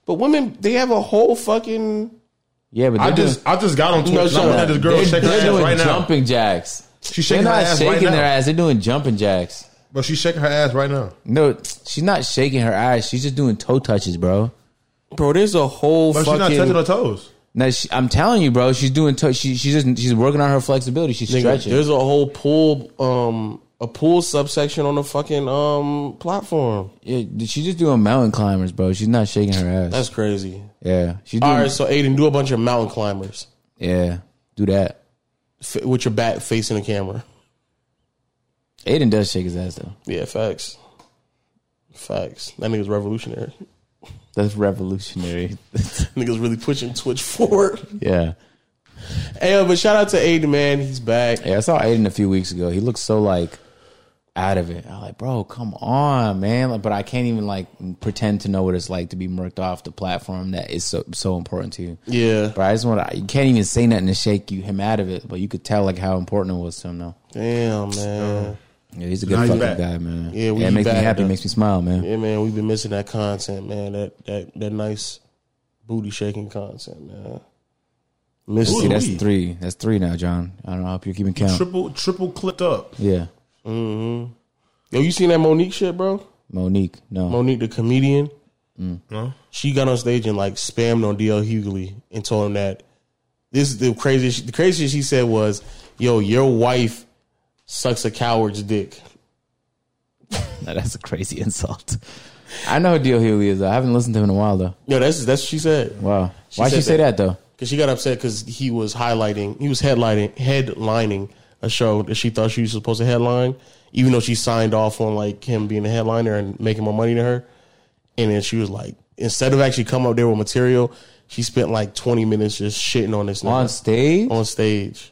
But women, they have a whole fucking. Yeah, but I they're just I just got on Twitch. and shut I'm looking at up. this girl doing, they're, shaking her they're ass doing right now. jumping jacks. She's They're shaking her not ass right shaking their now. ass. They're doing jumping jacks. But she's shaking her ass right now. No, she's not shaking her ass. She's just doing toe touches, bro. Bro, there's a whole But she's not fucking. touching her toes. Now she, I'm telling you, bro. She's doing. To- she, she's just. She's working on her flexibility. She's Nigga, stretching. There's a whole pool, um, a pool subsection on the fucking um platform. Yeah, she's just doing mountain climbers, bro. She's not shaking her ass. That's crazy. yeah, she's doing. All right, so Aiden, do a bunch of mountain climbers Yeah, do that. f- with your back facing the camera. Aiden does shake his ass though. Yeah, facts, facts. That nigga's revolutionary. That's revolutionary. Niggas really pushing Twitch forward. yeah. Hey, yo, but shout out to Aiden, man. He's back. Yeah, I saw Aiden a few weeks ago. He looked so like out of it. I'm like, bro, come on, man. Like, but I can't even like pretend to know what it's like to be murked off the platform that is so so important to you. Yeah. But I just want to. You can't even say nothing to shake you him out of it. But you could tell like how important it was to him though. Damn, man. Yeah, he's a good Now you fucking back. guy, man. Yeah, we it makes me back, happy. though. It makes me smile, man. Yeah, man. We've been missing that content, man. That that that nice booty shaking content, man. Miss Ooh, See, that's Louis. three. That's three now, John. I don't know. I hope you're keeping count. Triple triple clipped up. Yeah, Mm-hmm. Yo, you seen that Monique shit, bro? Monique. No, Monique, the comedian. No. She got on stage and like spammed on DL Hughley and told him that this is the craziest. The craziest she said was, "Yo, your wife sucks a coward's dick." No, that's a crazy insult. I know who Deal Healy is. Though. I haven't listened to him in a while though. No, that's that's what she said. Wow. Why'd said she say that, though? Because she got upset because he was highlighting, he was headlining, headlining a show that she thought she was supposed to headline, even though she signed off on like him being a headliner and making more money than her. And then she was like, instead of actually coming up there with material, she spent like twenty minutes just shitting on this nigga On stage? on stage.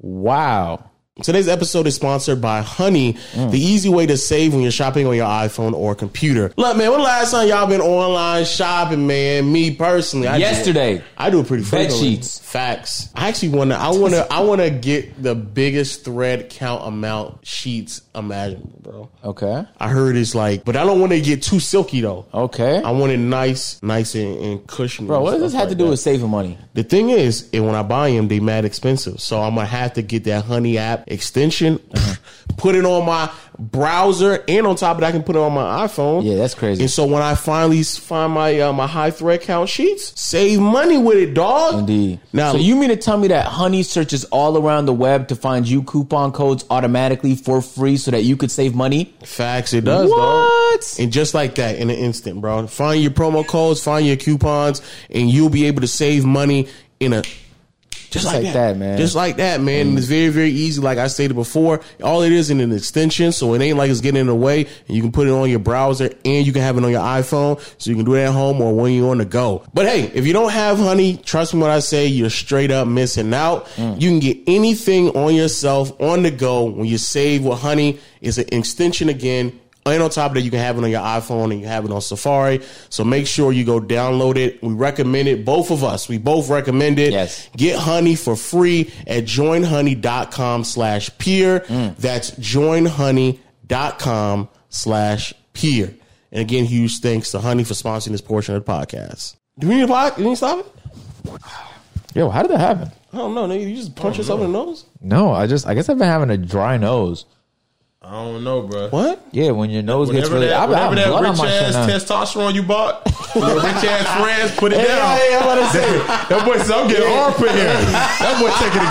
Wow. Today's episode is sponsored by Honey, the easy way to save when you're shopping on your iPhone or computer. Look, man, when the last time y'all been online shopping, man? Me personally, I do it. Yesterday. I do it pretty Bed frequently. sheets. Facts. I actually want to. I want to. I want to get the biggest thread count amount sheets imaginable, bro. Okay. I heard it's like, but I don't want to get too silky though. Okay. I want it nice, nice and, and cushiony. Bro, what does this have to do with saving money? The thing is, and when I buy them, they mad expensive. So I'm gonna have to get that Honey app extension, Uh-huh. put it on my browser, and on top of that, I can put it on my iPhone. Yeah, that's crazy. And so when I finally s- find my uh, my high thread count sheets, save money with it, dog. Indeed. Now, so you mean to tell me that Honey searches all around the web to find you coupon codes automatically for free so that you could save money? facts, it does, dog. What? And just like that, in an instant, bro. Find your promo codes, find your coupons, and you'll be able to save money in a just, like, that. man. Just like that, man. Mm. And It's very, very easy. Like I stated before, all it is is an extension, so it ain't like it's getting in the way. And you can put it on your browser, and you can have it on your iPhone, so you can do it at home or when you're on the go. But hey, if you don't have Honey, trust me when I say you're straight up missing out. You can get anything on yourself on the go when you save with Honey. It's an extension again. And on top of that, you can have it on your iPhone and you have it on Safari. So make sure you go download it. We recommend it. Both of us, we both recommend it. Yes. Get Honey for free at joinhoney.com slash peer. That's joinhoney.com slash peer. And again, huge thanks to Honey for sponsoring this portion of the podcast. Do we need to pod- do we need to stop it? Yo, how did that happen? I don't know. Nigga, you just punch yourself in the nose? No, I just I guess I've been having a dry nose. I don't know, bro. What? Yeah, when your nose gets Whenever really, I've that, whenever I've blood that on rich my shit ass now. testosterone you bought, your rich ass friends put it down. hey, I'm about to say. That boy said, I'm getting armpit hair. That boy taking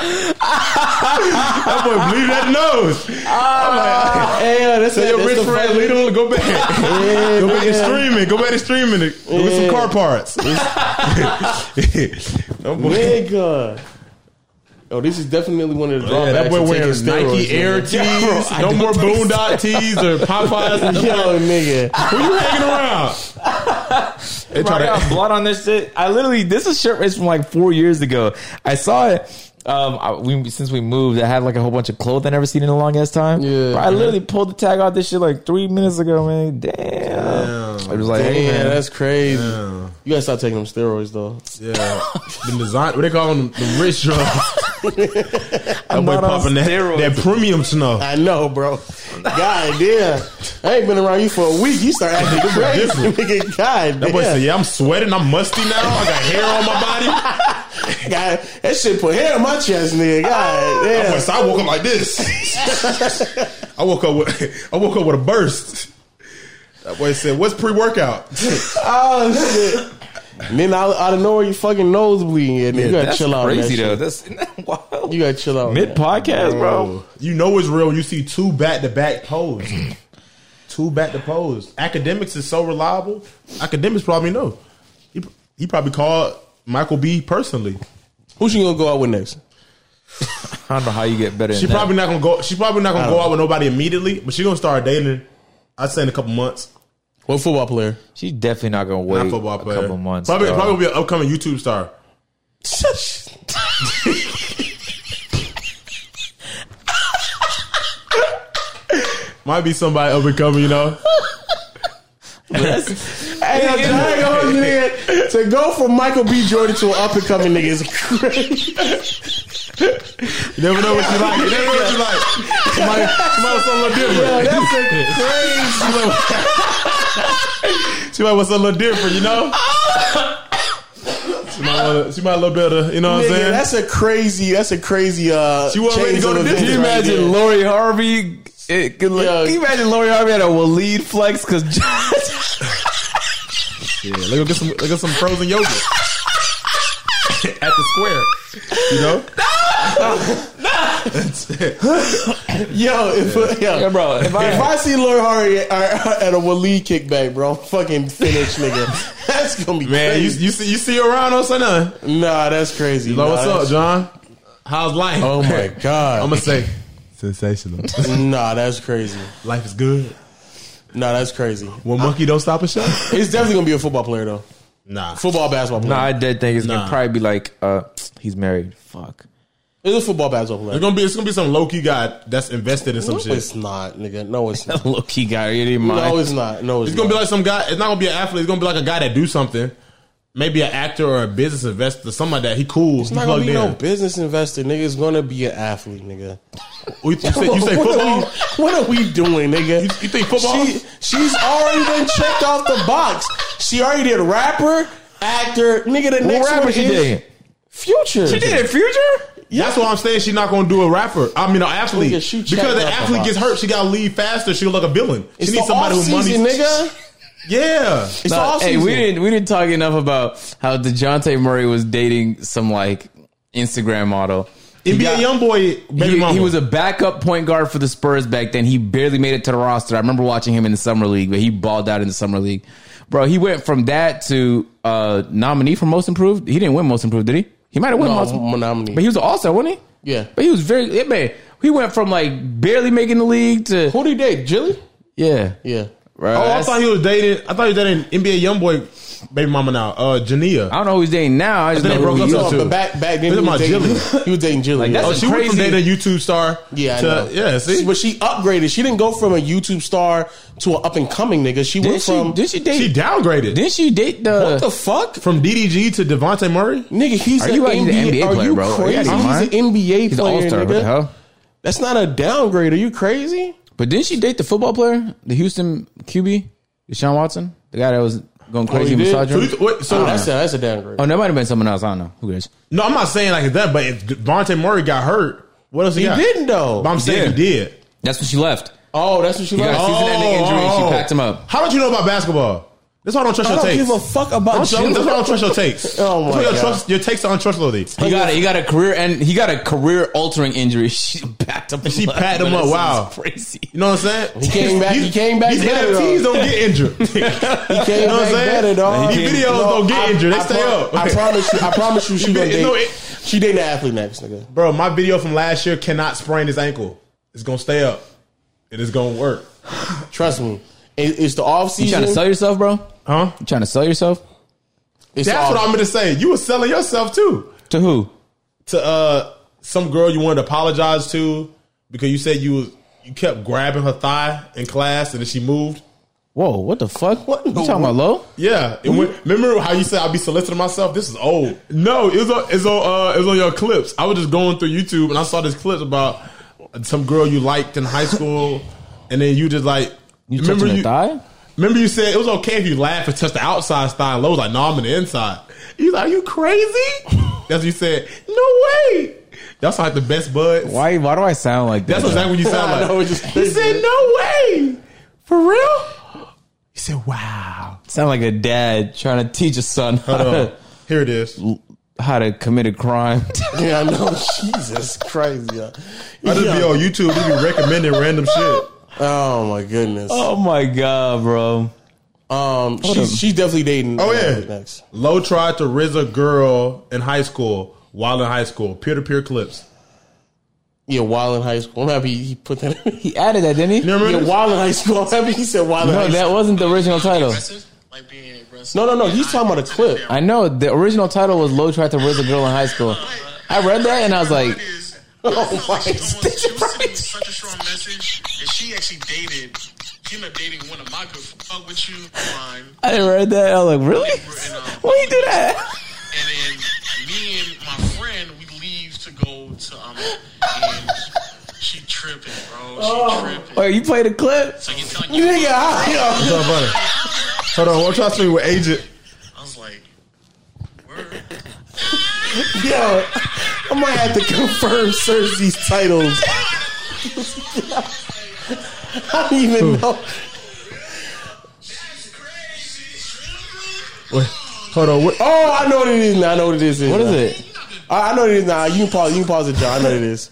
exotic drugs. that boy bleed that nose. Hey, yo, that's Say it. your That's rich the friend, funny- lead him, go back. go back and streaming. Go back and streaming it with some car parts. that boy, Nigga. Oh, this is definitely one of the yeah, drawbacks. that boy of wearing taking steroids, Nike Air nigga. tees. Yeah, bro, I no don't more think so. Boondock tees or Popeyes. And Yo, nigga. Who you hanging around? They I try got to. blood on this shit. I literally, this is shirt is from like four years ago. I saw it. Um, I, we since we moved, I had like a whole bunch of clothes I never seen in a long ass time. Yeah. Bro, I literally pulled the tag out this shit like three minutes ago, man. Damn. I was like, hey, Yeah, man. that's crazy. You gotta stop taking them steroids, though. Uh, Yeah, the design. What they call them? The rich uh, drugs. that boy not on popping that, that premium snuff. I know, bro. God damn. I ain't been around you for a week. You start acting Different. crazy. Nigga, God That boy said, damn. "Yeah, I'm sweating. I'm musty now. I got hair on my body." God, that shit put hair on my chest, nigga. God Ah, That boy damn. said, I woke up like this. I woke up with I woke up with a burst. That boy said, "What's pre workout?" Oh, shit. And then out, out of nowhere, you fucking nose bleeding. Yeah, nigga. You gotta that's chill out. on crazy that though. shit. That's wow. You gotta chill out. on Mid that. podcast, bro. You know it's real. when You see two back to back pose. two back to pose. Academics is so reliable. Academics probably know. He, he probably called Michael B personally. Who she gonna go out with next? I don't know how you get better. She than probably not gonna go. She probably not gonna I go Oh. don't- out with nobody immediately, but she gonna start dating. I'd say in a couple months. What football player? that. she's definitely not gonna wait Not football player. a couple months. Probably bro. probably be an upcoming YouTube star. Might be somebody up and coming, you know. Hey, yo, drag on, nigga. To go from Michael B. Jordan to an up and coming nigga is crazy. You never know what you like. You never know what you like. Somebody, somebody wants something a little different. That's a crazy. Somebody wants something a little different, you know. She might, wanna- she might a little better, you know what I'm Nigga, saying? that's a crazy. That's a crazy. Uh, She wasn't ready to chains go to on Disney. the Can you right imagine there. Lori Harvey? It, can, like, Yeah. can you imagine Lori Harvey had a Waleed flex? Because yeah, let's go get some, let's get some frozen yogurt at the square, you know. Yo, if, yo, bro, if I- if I see Lori Harvey at, at a Waleed kickback, bro, I'm fucking finished, nigga. That's gonna be Man, you, crazy. you see you see her around on Sunday. nah, that's crazy. Like, Nah, what's up, that's- John? How's life? Oh my god. I'm gonna say sensational. nah, that's crazy. life is good. Nah, that's crazy. When monkey don't stop a shot. It's definitely gonna be a football player though. Nah, Football, basketball player. nah, I did think it's Nah. gonna probably be like, uh, he's married. Fuck. It's a football, basketball player. it's gonna be it's gonna be some low key guy that's invested in some No, shit. it's not, nigga. No, it's not. Look, he got it in No, it's not. No, it's, It's gonna be not. like some guy. It's not gonna be an athlete. It's gonna be like a guy that do something. Maybe an actor or a business investor, something like that. He cool. It's not gonna be no business investor, nigga. It's gonna be an athlete, nigga. You, say, you say what football? Are we, what are we doing, nigga? You think football? She, she's already been checked off the box. She already did rapper, actor, nigga. The What next rapper one she is did? Future. She did it, Future? That's why I'm saying she's not gonna do a rapper. I mean, an athlete. Nigga, she checked because the off the athlete box. gets hurt, she gotta leave faster. She'll look like a villain. She It's needs the somebody with money. off-season, nigga. Yeah. It's the off hey, season. we didn't we didn't talk enough about how Dejounte Murray was dating some like Instagram model. He NBA got- young boy, baby he, mama. he was a backup point guard for the Spurs back then. He barely made it to the roster. I remember watching him in the summer league, but he balled out in the summer league. Bro, he went from that to uh nominee for most improved. He didn't win most improved, did he? He might have won most No, nominee. But he was an all-star, wasn't he? Yeah. But he was very yeah, man. He went from like barely making the league to Who did he date? Jilly? yeah. Yeah. Bro, Oh, I that's- thought he was dating. I thought he was dating NBA young boy, baby mama now. Uh, Jania. I don't know who he's dating now. I just think know they broke who up uh, he though, is. too. No, but back back Look then he at my was, dating, Jilly. he was dating Jilly. Like, that's Oh, a she went from crazy- dating a YouTube star. yeah, I to- know. yeah. See, but she upgraded. She didn't go from a YouTube star to an up and coming nigga. She Didn't went she from did she date um, she downgraded didn't she date the what the fuck from DDG to Devontae Murray. Nigga, he's Are an you out- NBA, he's an NBA Are player, you bro. Are you crazy? out of your He's an mind? NBA He's an player, all-star, what nigga. the hell? That's not a downgrade. Are you crazy? But didn't she date the football player, the Houston QB, Deshaun Watson, the guy that was going crazy he did? massage So, room? you- what- so- Oh, that's a, that's a downgrade. Oh, that might have been someone else. I don't know. Who cares? no, I'm not saying like that. But if Devontae Murray got hurt, what else he, he got? didn't though. But I'm saying he did. That's when she left. Oh, that's what she He got left. a season ending Oh, injury and oh. she packed him up. How don't you know about basketball? That's why I don't trust Oh, I your don't takes. give a fuck about That's why I you. don't trust your takes. Oh, my That's why your God. trust- Your takes are untrustworthy. He got a, he got a career and he got a career altering injury. She packed up. She packed him up. Wow. crazy. You know what I'm saying? He came back- he came back These better, NFTs don't get injured. you He came know what I'm back better, saying? dog. These videos don't get injured. They stay pro- up. I promise you. I promise you. She You gonna did- no, date. it- She dating an athlete next, nigga. Bro, my video from last year cannot sprain his ankle. It's gonna stay up. And it's gonna work. Trust me. It- it's the off You season. trying to sell yourself, bro? Huh? You trying to sell yourself It's the That's off- what I'm gonna say. You were selling yourself too. to who? To uh some girl you wanted to apologize to because you said you was you kept grabbing her thigh in class and then she moved. Whoa, what the fuck? What you talking about, low? Yeah, it went, remember how you said I'd be soliciting myself? This is old. No, it was on, it's on uh, it was on your clips. I was just going through YouTube and I saw this clip about some girl you liked in high school, and then you just like You touching the thigh? Remember you said it was okay if you laugh and touch the outside thigh. And Lo was like, "No, I'm in the inside." He's like, "Are you crazy?" That's what you said. No way. That's like the best buds. Why? Why do I sound like that? That's exactly what you sound I like. know, it just- he said, "No way, for real." He said, "Wow." sound like a dad trying to teach a son how to, Here it is. how to commit a crime. Yeah, I know. Jesus Christ, yeah. I just be on YouTube. They be recommending random shit. Oh my goodness. oh my god, bro! Um, she's she's definitely dating. Oh, an yeah. athlete next. Low tried to riz a girl in high school while in high school. Peer to peer clips. Yeah, while in high school. I'm happy he put that. in. He added that, didn't he? You No, remember yeah, this? while in high school. I'm happy he said while in high that school. wasn't the original title. No, no, no. He's talking about a clip. I know the original title was "Low Tried to Raise a Girl in High School." I read that and I was like, Oh my. She was sending such a strong message, and she actually dated. She ended up dating one of my good fuck with you mine, I read that. I was like, really? Why you do that? and then me and my friend we leave to go to um, and she tripping, bro. She tripping. Wait, you played a clip? So you telling You you? nigga, I, What's up, buddy? Hold on, what trust me with agent? I was like, word. yo, yo, I might have to confirm Cersei's titles. I don't even know. That's crazy. Wait, hold on. What? Oh, Oh, I know what it is now. I know what it is. What is it? I, I know what it is now. You can pause. You can pause it, John. I know what it is.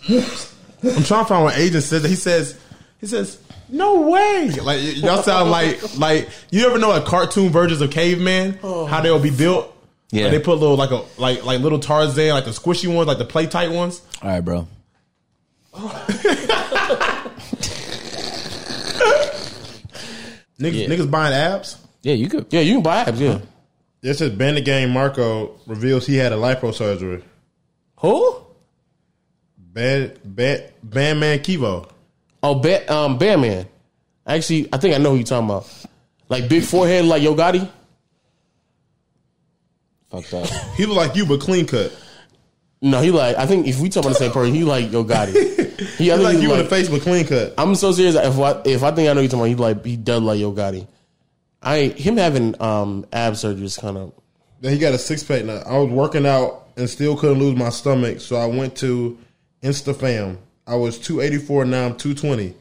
I'm trying to find what agent says. He says, he says, no way. Like y- y'all sound like like you ever know like cartoon versions of caveman? How they'll be built? Yeah. Like, they put little like a like like little Tarzan, like the squishy ones, like the play tight ones. All right, bro. Niggas, niggas buying apps. Yeah, you could. Yeah, you can buy apps. Yeah. This is Bandit Gang Marco reveals he had a liposurgery. Who? Bad, bad, Bandman Kivo. Oh, ba- um, Bearman. Actually, I think I know who you're talking about. Like big forehead, like Yo Gotti. Fucked up. He look like you, but clean cut. No, he like. I think if we talk about the same person, he like Yo Gotti. He, I He think like he you in like, the face, but clean cut. I'm so serious. If I, if I think I know you talking about, he like he does like Yo Gotti. I him having um ab surgery is kind of Then he got a six pack. Now I was working out and still couldn't lose my stomach, so I went to InstaFam. I was two eighty four. Now I'm two twenty.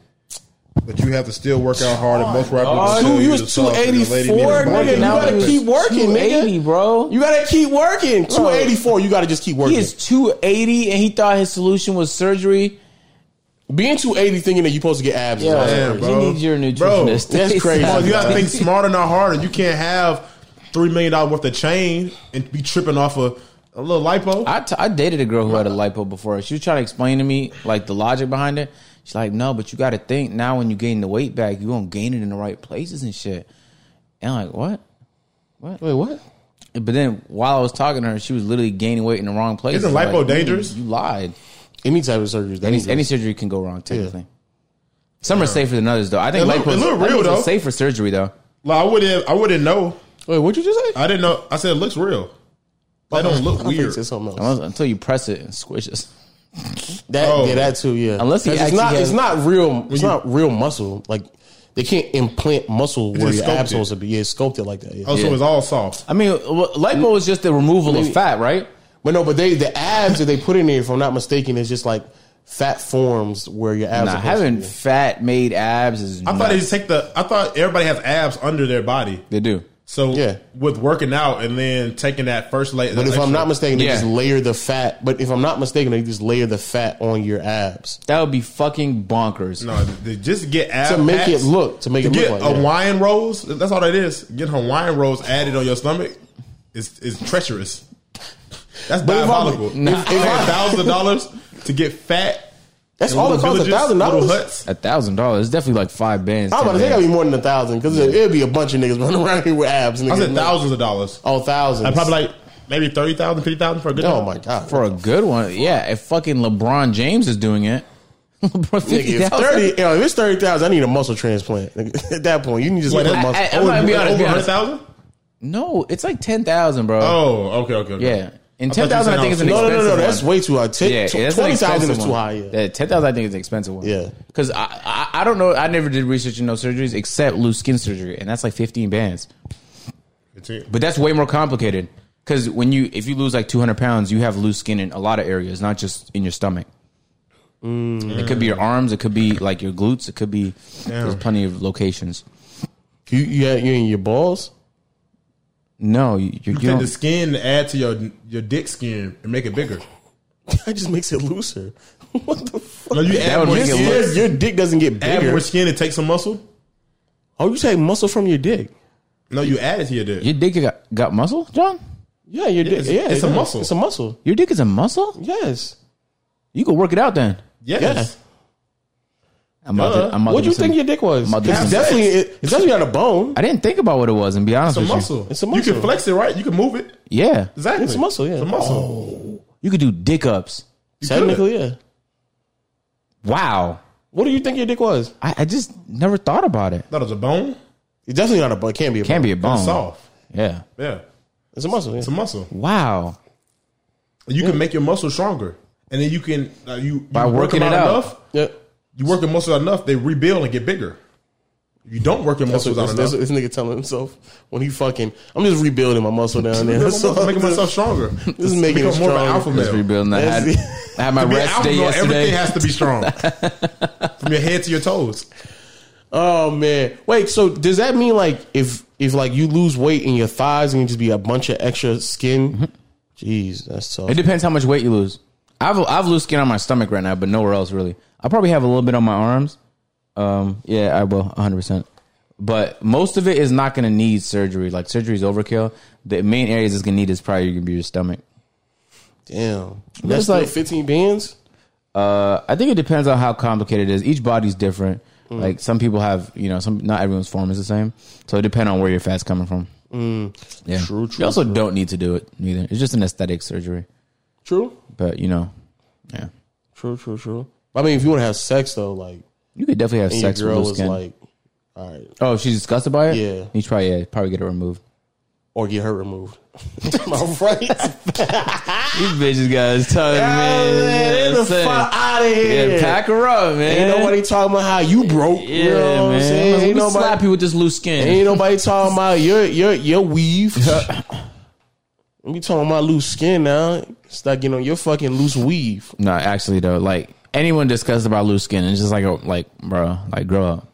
But you have to still work out hard, and most rappers will tell Dude, Oh, you to was soft and the lady need a 284, body nigga. to You make gotta it. keep working, nigga. bro. You gotta keep working. Two eighty four. You gotta just keep He working. is 280 and he thought his solution was surgery. Being two eighty, thinking that you're supposed to get abs. is Yeah. awesome. Damn, bro. You need your Bro, nutritionist. that's crazy. Come on, you gotta Yeah. think smarter, not harder. You can't have three million dollars worth of change and be tripping off of a little lipo. I, t- I dated a girl who had a lipo before. She was trying to explain to me like the logic behind it. She's like, no, but you got to think now when you gain the weight back, you gonna gain it in the right places and shit. And I'm like, what? Wait, what? But then while I was talking to her, she was literally gaining weight in the wrong places. Isn't I'm lipo like, you- dangerous? You, lied. Any type of surgery. is Any, dangerous. any surgery can go wrong technically. Some are safer than others though. I think It look- lipo it is- look I think real, it's a though. safer surgery though. Like I wouldn't, I wouldn't know. Wait, what'd you just say? I didn't know. I said it looks real. That don't look I think weird. it's something else. Unless- until you press it and squishes. That Oh. yeah, that too. Yeah, Unless he 'Cause it's actually not has- it's not real. It's you- not real muscle. Like they can't implant muscle where just your abs sculpted. supposed to be. Yeah, sculpted like that. Yeah. Oh, so Yeah. it's all soft. I mean, well, lipo is just the removal of fat, right? But no, but they the abs that they put in there, if I'm not mistaken, is just like fat forms where your abs. Nah, are supposed to having be. fat made abs is. I thought they just take the. I thought everybody has abs under their body. they do. So Yeah. with working out and then taking that first layer. But if I'm not mistaken, they Yeah. just layer the fat. But if I'm not mistaken, they just layer the fat on your abs That would be fucking bonkers. no, they just get abs to make it look to make To it get look like that. Hawaiian rolls, that's all that is. Get Hawaiian rolls added on your stomach is is treacherous. That's But if I'm- diabolical. Nah. If, if I thousand dollars to get fat, That's in all it little costs. A villages, thousand Little dollars. huts. A thousand dollars is definitely like five bands. I'm about to 10 think I'll bands. be more than a thousand because it'll be a bunch of niggas running around here with abs. I Niggas. said thousands of dollars. Oh, thousands. I probably like maybe 30,000, 50,000 for a good Oh time. my god. for a good one. Yeah, if fucking LeBron James is doing it, LeBron Nigga, if 50,000. thirty, you know, if it's thirty thousand, I need a muscle transplant. Nigga, At that point, you need to just Wait, let that- a muscle. I- I'm gonna be honest, over be honest. 100,000? No, it's like ten thousand, bro. Oh, okay, okay. okay. yeah, and I thought you ten thousand said I think is an no, no, expensive no, no, one. that's way too high. Ten, yeah, tw- that's an twenty thousand is expensive too one. high. Yeah. ten thousand I think is an expensive one. Yeah. because I, I I don't know. I never did research in no surgeries except loose skin surgery, and that's like fifteen bands. But that's way more complicated because when you if you lose like two hundred pounds, you have loose skin in a lot of areas, not just in your stomach. Mm. It could be your arms. It could be like your glutes. It could be there's plenty of locations. You, you, had- you in your balls? No, you, you, You take don't. the skin to add to your your dick skin and make it bigger. That just makes it looser. what the fuck? No, you add would more make it skin. look- Your- your dick doesn't get Add bigger. more skin, it takes some muscle. Oh, you take muscle from your dick. No, you add it to your dick. Your dick got, got muscle, John? Yeah, your dick. it's- yeah, it's a does. muscle. It's a muscle. Your dick is a muscle? Yes. You can work it out then. Yes. I'm about to, I'm about What to do you listen. think your dick was? Mother- It's definitely it, it's definitely not a bone. I didn't think about what it was, and be honest It's a with muscle. It's a You muscle. can flex it, right? You can move it. you. Yeah. Exactly. It's a muscle, yeah. It's a muscle. You could do dick ups. You could. Technically, yeah. Wow. What do you think your dick was? I, I just never thought about it. Thought it was a bone. It's definitely not a bone. It can't be a Can't bone. be a bone. It's soft. Yeah. Yeah. It's a muscle. yeah. It's a muscle. Wow. You can make your muscle stronger, and then you can uh, you, you By work working them it out. enough. Yeah. You work your muscles out enough, they rebuild and get bigger. You don't work your That's what muscles out this, enough. this, this nigga telling himself when he fucking. I'm just rebuilding my muscle down there. That's all. I'm making myself stronger. This is making Become it more of an alpha stronger. Just male. rebuilding. I had, That's- I had my To be an rest alpha day male, everything yesterday. has to be strong. From your head to your toes. Oh man! Wait. So does that mean like if if like you lose weight in your thighs and you just be a bunch of extra skin? Jeez, that's tough. It depends how much weight you lose. I've I've loose skin on my stomach right now, but nowhere else really. I probably have a little bit on my arms. Um, yeah, I will, 100. percent But most of it is not going to need surgery. Like surgery's overkill. The main areas it's going to need is probably going to be your stomach. Damn. That's like- like 15 bands. Uh, I think it depends on how complicated it is. Each body's different. Like some people have, you know, some not everyone's form is the same. So it depends on where your fat's coming from. Yeah. True, true, You also don't need to do it neither. It's just an aesthetic surgery. True. But you know, yeah, True. True. True. I mean, if you want to have sex though, like you could definitely have and sex your with girl loose was skin. like, all right, Oh, if she's disgusted by it. Yeah. you probably yeah, probably get it removed. or get her removed. Am I right? These bitches guys telling man, get the fuck out of here. her up, man. Ain't nobody talking about how you broke. Yeah, you know what I'm man. saying? Let me Ain't slap nobody, you with this loose skin. ain't nobody talking about your your your weave. We talking about loose skin now. Start getting on your fucking loose weave. No, actually though, like anyone discussed about loose skin, it's just like, oh, like, bro, like, grow up.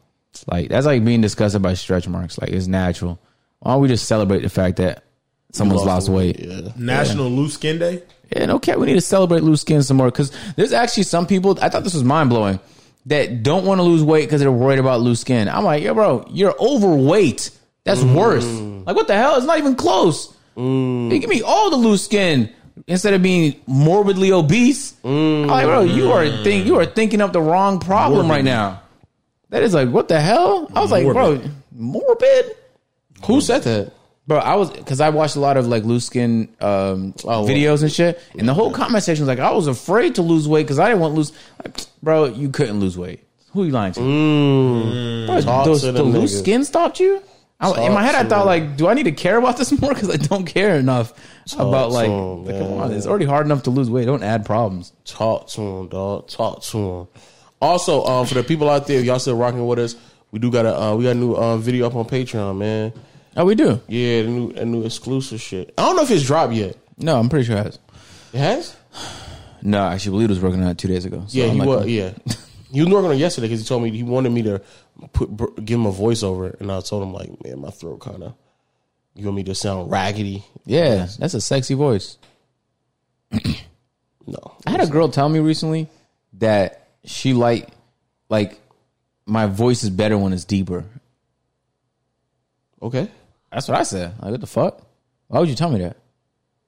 Like that's like being disgusted by stretch marks. Like it's natural. Why don't we just celebrate the fact that someone's lost, weight? Yeah. Yeah. National Loose Skin Day. no cap. We need to celebrate loose skin some more because there's actually some people. I thought this was mind blowing that don't want to lose weight because they're worried about loose skin. I'm like, yo, bro, you're overweight. That's worse. Like what the hell? It's not even close. They give me all the loose skin instead of being morbidly obese. I'm like, bro, you are think you are thinking up the wrong problem right now. That is like, what the hell? I was like, bro, morbid. Who said that? Bro, I was because I watched a lot of like loose skin um, videos and shit, and the whole comment section was like, "I was afraid to lose weight because I didn't want to lose." Like, bro, you couldn't lose weight. Who you lying to? Mm. Bro, Talk those- to Mm, the them loose niggas. skin stopped you. I, in my Talk head, I to thought them. like, "Do I need to care about this more?" Because I don't care enough about like, to like, 'em, come on, man. it's already hard enough to lose weight. Don't add problems. Talk to him, dog. Talk to him. Also, um, for the people out there, if y'all still rocking with us. We do got a uh, we got a new uh, video up on Patreon, man. Oh, we do. Yeah, the new a new exclusive shit. I don't know if it's dropped yet. No, I'm pretty sure it has. It has? No, actually, Walid was working on it two days ago. So Yeah, I'm he like, oh. was. Yeah, he was working on it yesterday because he told me he wanted me to put br- give him a voiceover, and I told him like, man, my throat kind of. You want me to sound raggedy? Yeah, that's a sexy voice. No, I had a girl tell me recently that she like like my voice is better when it's deeper. okay. That's what I said. Like what the fuck? Why would you tell me that?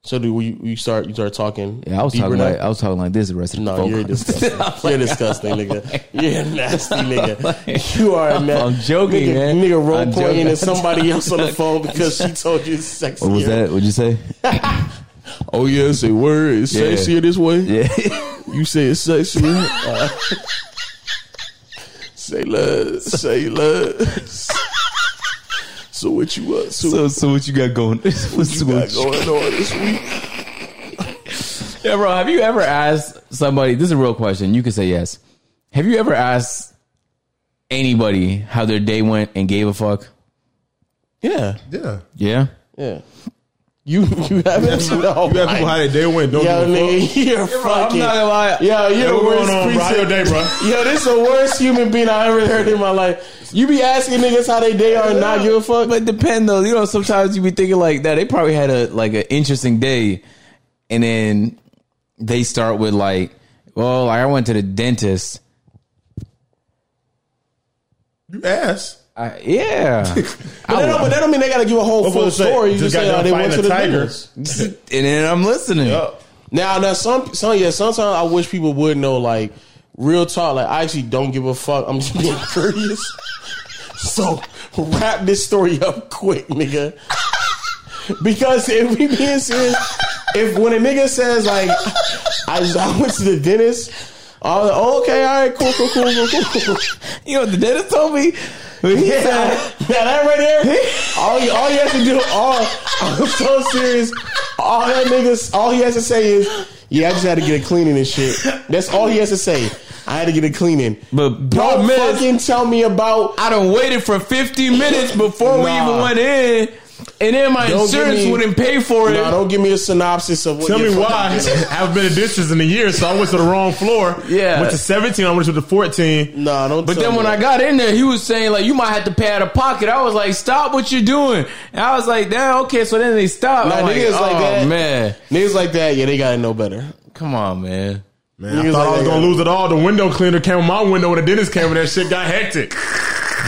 So do you, you start you start talking? Yeah, I was deeper talking uh, now? like I was talking like this the rest of the No, phone you're call. disgusting. you're disgusting, nigga. You're a nasty, nigga. You are a nasty. I'm joking, nigga, man. Nigga, role I'm playing joking. at somebody else on the phone because she told you it's sexy. What was that? What'd you say? Oh yeah, say word. It's Yeah. sexier this way. Yeah. You say it's sexier. Uh, say less. Say less. So what you up to? so so what you got going? What's got going on this week? Yeah, bro. Have you ever asked somebody? This is a real question. You can say yes. Have you ever asked anybody how their day went and gave a fuck? Yeah, Oh Yeah. Yeah. yeah. You you have it. You have people how they day went. Don't Yo, give a fuck. nigga, you're fucking. lie. Yo, you're the worst bro? creature. How your day, bro? Yo, this the worst human being I ever heard in my life. You be asking niggas how they day are and not give a fuck. But depend though, you know, sometimes you be thinking like that. They probably had a like an interesting day, and then they start with like, "Well, like, I went to the dentist." You ass. I, yeah, But that, don't, but that don't mean they gotta give a whole full supposed to say, story. You just got just say done oh, they went fighting to a the tiger. tiger. and then I'm listening. Now, now, some, some, yeah, sometimes I wish people would know, like, real talk. Like, I actually don't give a fuck. I'm just being courteous. so, wrap this story up quick, nigga. Because if we being serious, if when a nigga says like, I, I went to the dentist, I was like, oh, okay, all right, cool, cool, cool, cool, cool, cool. You know, what the dentist told me. He Yeah, said, now that right there, all you all you have to do, all I'm so serious. All that niggas, all he has to say is, "Yeah, I just had to get a cleaning and shit." That's all he has to say. I had to get a cleaning. but bro, Don't miss, fucking tell me about. I done waited for 50 minutes before we Nah. even went in, and then my Don't give insurance me- wouldn't pay for it. No, don't give me a synopsis of what. Tell your me fucking- why. I haven't been to dishes in a year, so I went to the wrong floor. Yeah. Went to 17, I went to the 14. No, don't. But tell then me when I that. got in there, he was saying like you might have to pay out of pocket. I was like, stop what you're doing. And I was like, damn, okay. So then they stopped. Nah, I'm like, niggas oh like that. man, niggas like that, yeah, they gotta know better. come on, man. Man, I Niggas thought like I was that. going to lose it all. The window cleaner came in my window when the dentist came in. That shit got hectic.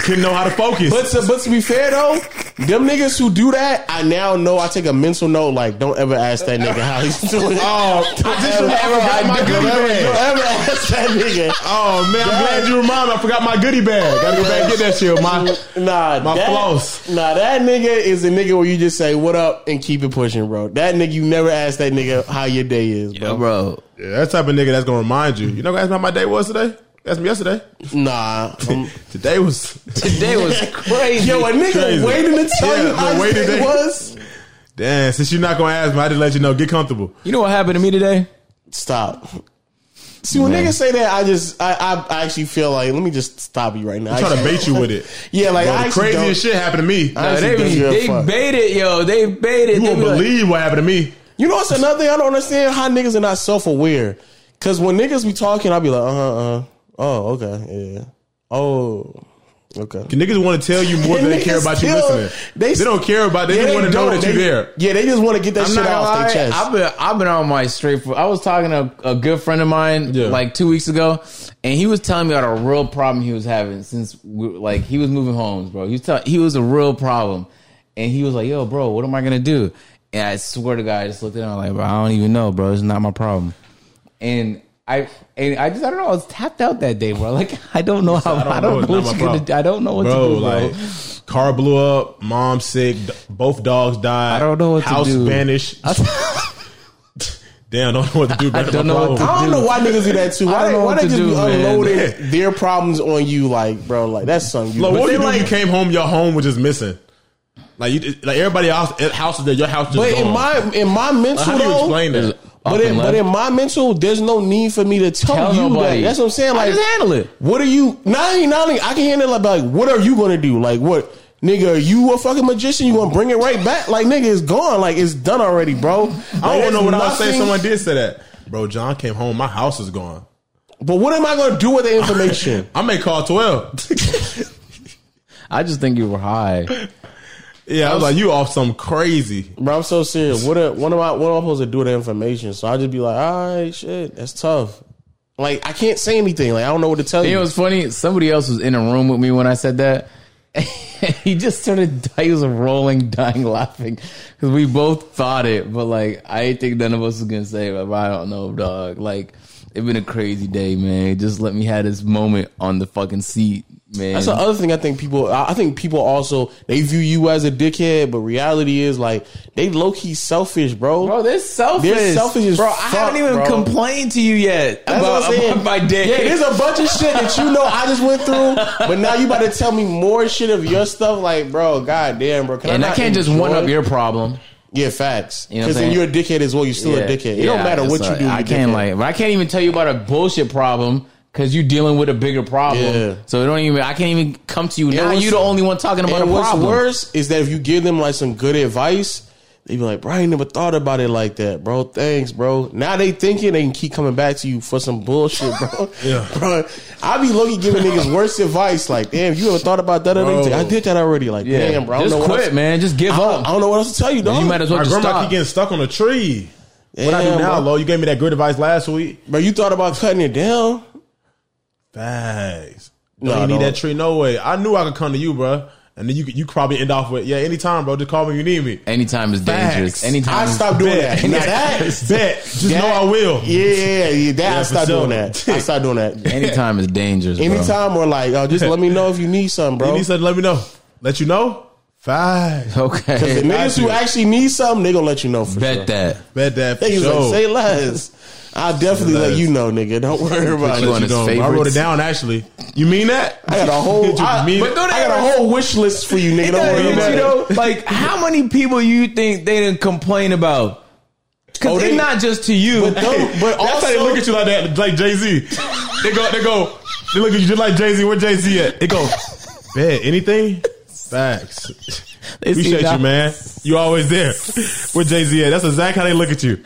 Couldn't know how to focus. But to, but to be fair though, them niggas who do that, I now know. I take a mental note. Like, don't ever ask that nigga how he's doing. oh, I just remembered I forgot my goodie Don't bag. ever ask that nigga. Oh, man, I'm glad you reminded me. I forgot my goodie bag. Gotta go back and get that shit. My, Nah, My that, floss. Nah, that nigga is a nigga where you just say what up and keep it pushing, bro. That nigga, you never ask that nigga how your day is, bro. bro. yeah, that type of nigga that's going to remind you. You know, guys, how my day was today? You asked me yesterday. Nah, um, I'm- Today was. Today was crazy. yo, a nigga Crazy. waiting to tell Yeah, you been how his waiting day to- was. Damn, since you're not going to ask me, I just let you know. Get comfortable. you know what happened to me today? Stop. See, when Man. niggas say that, I just, I, I, I actually feel like, let me just stop you right now. I Try to actually- bait you with it. Yeah, like Bro, I the actually don't- craziest shit happened to me. I actually They, don't give a they fuck. baited, yo. They baited. You They won't be like- believe what happened to me. You know what's another thing I don't understand? How niggas are not self aware. Cause when niggas be talking, I'll be like, uh huh, uh. Oh, okay, yeah. Oh, okay. The niggas want to tell you more than they care about you Still, listening. they- They, don't care about. They Yeah, just want to know don't. that you're They- there. Yeah, they just want to get that I'm shit not gonna off their lie. chest. I've been I've been on my straight. For, I was talking to a good friend of mine Yeah. like two weeks ago, and he was telling me about a real problem he was having since we, like he was moving homes, bro. He was tell, he was a real problem, and he was like, "Yo, bro, what am I gonna do?" And I swear to God, I just looked at him like, "Bro, I don't even know, bro. It's not my problem." And I and I just I don't know. I was tapped out that day, bro. Like I don't know how I don't, know it's what not you're my gonna do. I don't know what bro, to do, bro. like car blew up, mom sick, d- both dogs died. I don't know what to house do. banished. Damn, don't know what to do. Bro. That's don't my know what to problem. I don't know why niggas do that too. I Why, don't they- know why what they to just be do, man. unloading their problems on you? Like, bro, like that's something. You Like, But what they you do? when like- you came home, your home was just missing. Like, you, like everybody else, eh, house is there. Your house just. But in gone. my in my mental, how do you though, explain that? But Up in, and but left. in my mental, there's no need for me to tell, Tell you nobody. that. That's what I'm saying. I Like, just handle it. What are you? Not only, not only I can handle it. But like, what are you going to do? Like, what nigga? Are you a fucking magician? You going to bring it right back? Like, nigga, it's gone. Like, it's done already, I bro. Like, don't know there's what I would say. if nothing- Someone did say that. Bro, John came home. My house is gone. But what am I going to do with the information? I may call 12. I just think you were high. yeah, I was like, you off some crazy. Bro, I'm so serious. What a, what am I what am I supposed to do with the information? So I just be like, all right, shit, that's tough. Like I can't say anything. Like I don't know what to tell You know you. what's funny? Somebody else was in a room with me when I said that. he just started. He was rolling, dying, laughing because we both thought it, but like I ain't think none of us was gonna say. it, But I don't know, dog. Like it been a crazy day, man. Just let me have this moment on the fucking seat, man. That's the other thing I think people. I I think people also they view you as a dickhead, but reality is like they low key selfish, bro. Bro, they're selfish. They're selfish as bro. I fuck, haven't even bro. complained to you yet That's about, what I'm saying. about my day. Yeah, there's a bunch of shit that you know I just went through, but now you about to tell me more shit of your stuff. Like, bro, goddamn, bro. Can and I not can't just enjoy- one up your problem. yeah facts. You know what Because I'm then saying? you're a dickhead as well. You're still a dickhead. It don't Yeah, matter it's what you like, do. I you're can't dickhead. like, but I can't even tell you about a bullshit problem because you're dealing with a bigger problem. Yeah. So it don't even. I can't even come to you now. what's- You're the only one talking about a And what's problem. worse is that if you give them like some good advice, they be like, "Bro, I ain't never thought about it like that, bro. Thanks, bro." Now they thinking they can keep coming back to you for some bullshit, bro. Yeah. bro. I be low-key giving niggas worse advice. Like, damn, you ever thought about that? Or Bro. anything? I did that already. Like, Yeah. damn, bro. I don't just know Uh-huh. what quit, else- man. Just give I um, don't, I up. don't know what else to tell you, dog. You might as well My just grandma stop. keep getting stuck on a tree. What I do Damn, now, bro. Lo? You gave me that good advice last week. Bro, you thought about cutting it down? Facts. Don't Nah, you need dog. that tree? No way. I knew I could come to you, bro. And then you you could probably end off with, yeah, anytime, bro. Just call me when you need me. Anytime is Facts. dangerous. I Anytime. is- stopped doing that. Now that, Bet. Just that- know I will. Yeah, yeah, yeah. That Yeah, I for stopped sure. doing that. I stopped doing that. Anytime is dangerous. bro. Anytime or like, oh, just let me know if you need something, bro. You need something, let me know. Let you know? Facts. The Okay. niggas who actually need something, they gonna let you know for sure. Bet that. Bet that for Niggas sure. like say less. I'll definitely Say let less. you know, nigga. Don't worry about you it. on his Don't. I wrote it favorites. down actually. You mean that? I got a You whole, just I, mean but it. don't I got a whole wish list for you, nigga. Don't worry But about you it. know, like how many people you think they didn't complain about? Because Oh, they- it's not just to you. Don't- but That's how they also, look at you like that, like Jay Z. They go, they go, they look at you just like Jay Z. Where Jay Z at? They go, bet anything. Facts. They see Appreciate that. you, man. You always there. Where Jay Z at? That's exactly how they look at you.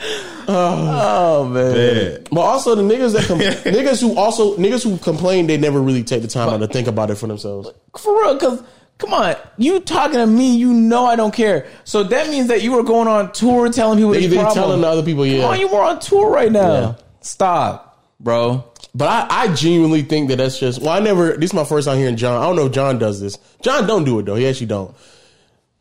Oh man. Bet. but also the niggas that com- niggas who also niggas who complain they never really take the time out to think about it for themselves. For real, because come on, you talking to me, you know I don't care. So that means that you were going on tour telling people They, that they you telling the other people, yeah. Oh, you were on tour right now. Yeah. Stop, bro. But I, I genuinely think that that's just. Well, I never. This is my first time hearing John. I don't know if John does this. John don't do it though. He actually don't.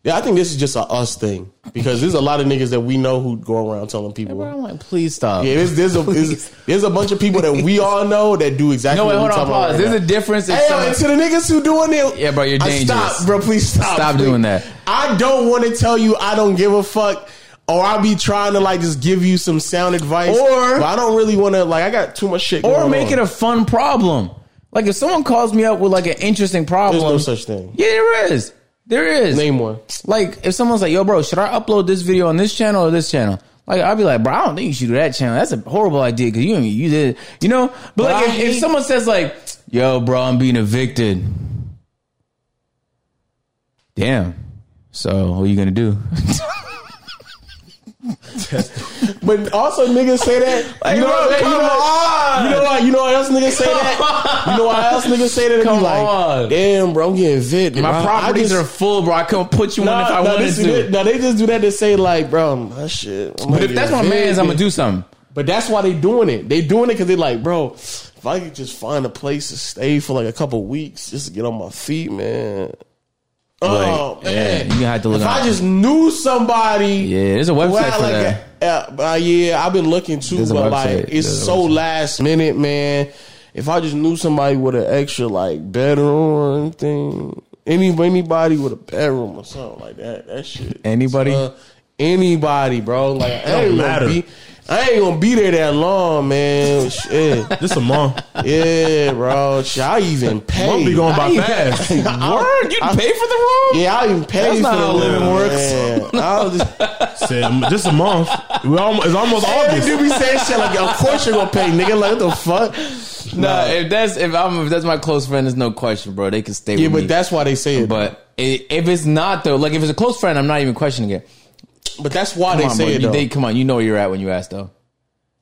Yeah, I think this is just a us thing because there's a lot of niggas that we know who go around telling people. I'm like, please stop. Yeah, there's there's a there's, there's a bunch of people that we all know that do exactly. no, wait, hold what we on, talking about pause. right There's now. a difference. in Hey, yo, some- and to the niggas who doing it, Yeah, bro, you're I- dangerous. Stop, bro, please stop. Stop please. doing that. I don't want to tell you I don't give a fuck, or I'll be trying to like just give you some sound advice, Or- but I don't really want to like I got too much shit. or going make on. it a fun problem. Like if someone calls me up with like an interesting problem, There's no such thing. yeah, there is. There is. Name one. Like if someone's like, "Yo, bro, should I upload this video on this channel or this channel?" Like I'll be like, "Bro, I don't think you should do that channel. That's a horrible idea because you you did you know." But, like I if, if hate- someone says like, "Yo, bro, I'm being evicted," damn. So what are you gonna do? But also niggas say that. you know bro, what? You come know what? You know what? You know what else niggas say that? You know why else niggas say that? They be Come like, on. Damn, bro, I'm getting vid. My properties are full, bro. I couldn't put you on if I Nah, nah, wanted this to. is it. Nah, they just do that to say like, bro, my shit. I'm But if that's my man's, I'm gonna do something. But that's why they doing it. They doing it because they like, bro, if I could just find a place to stay for like a couple weeks just to get on my feet, man. Oh Like, man, yeah, you had to look If out. I just knew somebody, Yeah, there's a website well, for like, that. uh, uh, yeah, I've been looking too, There's a website. but like it's There's a so last minute, man. If I just knew somebody with an extra like bedroom or anything, any anybody with a bedroom or something like that, that shit. Anybody? Uh, anybody, bro. Like I ain't matter. gonna be, I ain't gonna be there that long, man. Shit, Just a month. yeah, bro. Shit, I even pay. Month be going by I- fast. Word, you pay for the room? Yeah, I even pay That's for not the how living room, works. man. I'll just. Said, um, just a month. We almost, it's almost All they August. do be saying shit like, "Of course you're gonna pay, nigga." Like, what the fuck? Nah, if that's if I'm if that's my close friend, there's no question, bro. They can stay Yeah, with but me. that's why they say it. But, but i- if it's not though, like if it's a close friend, I'm not even questioning it. that's why Come they on, say bro. it. You- Though. they- come on, you know where you're at when you ask though.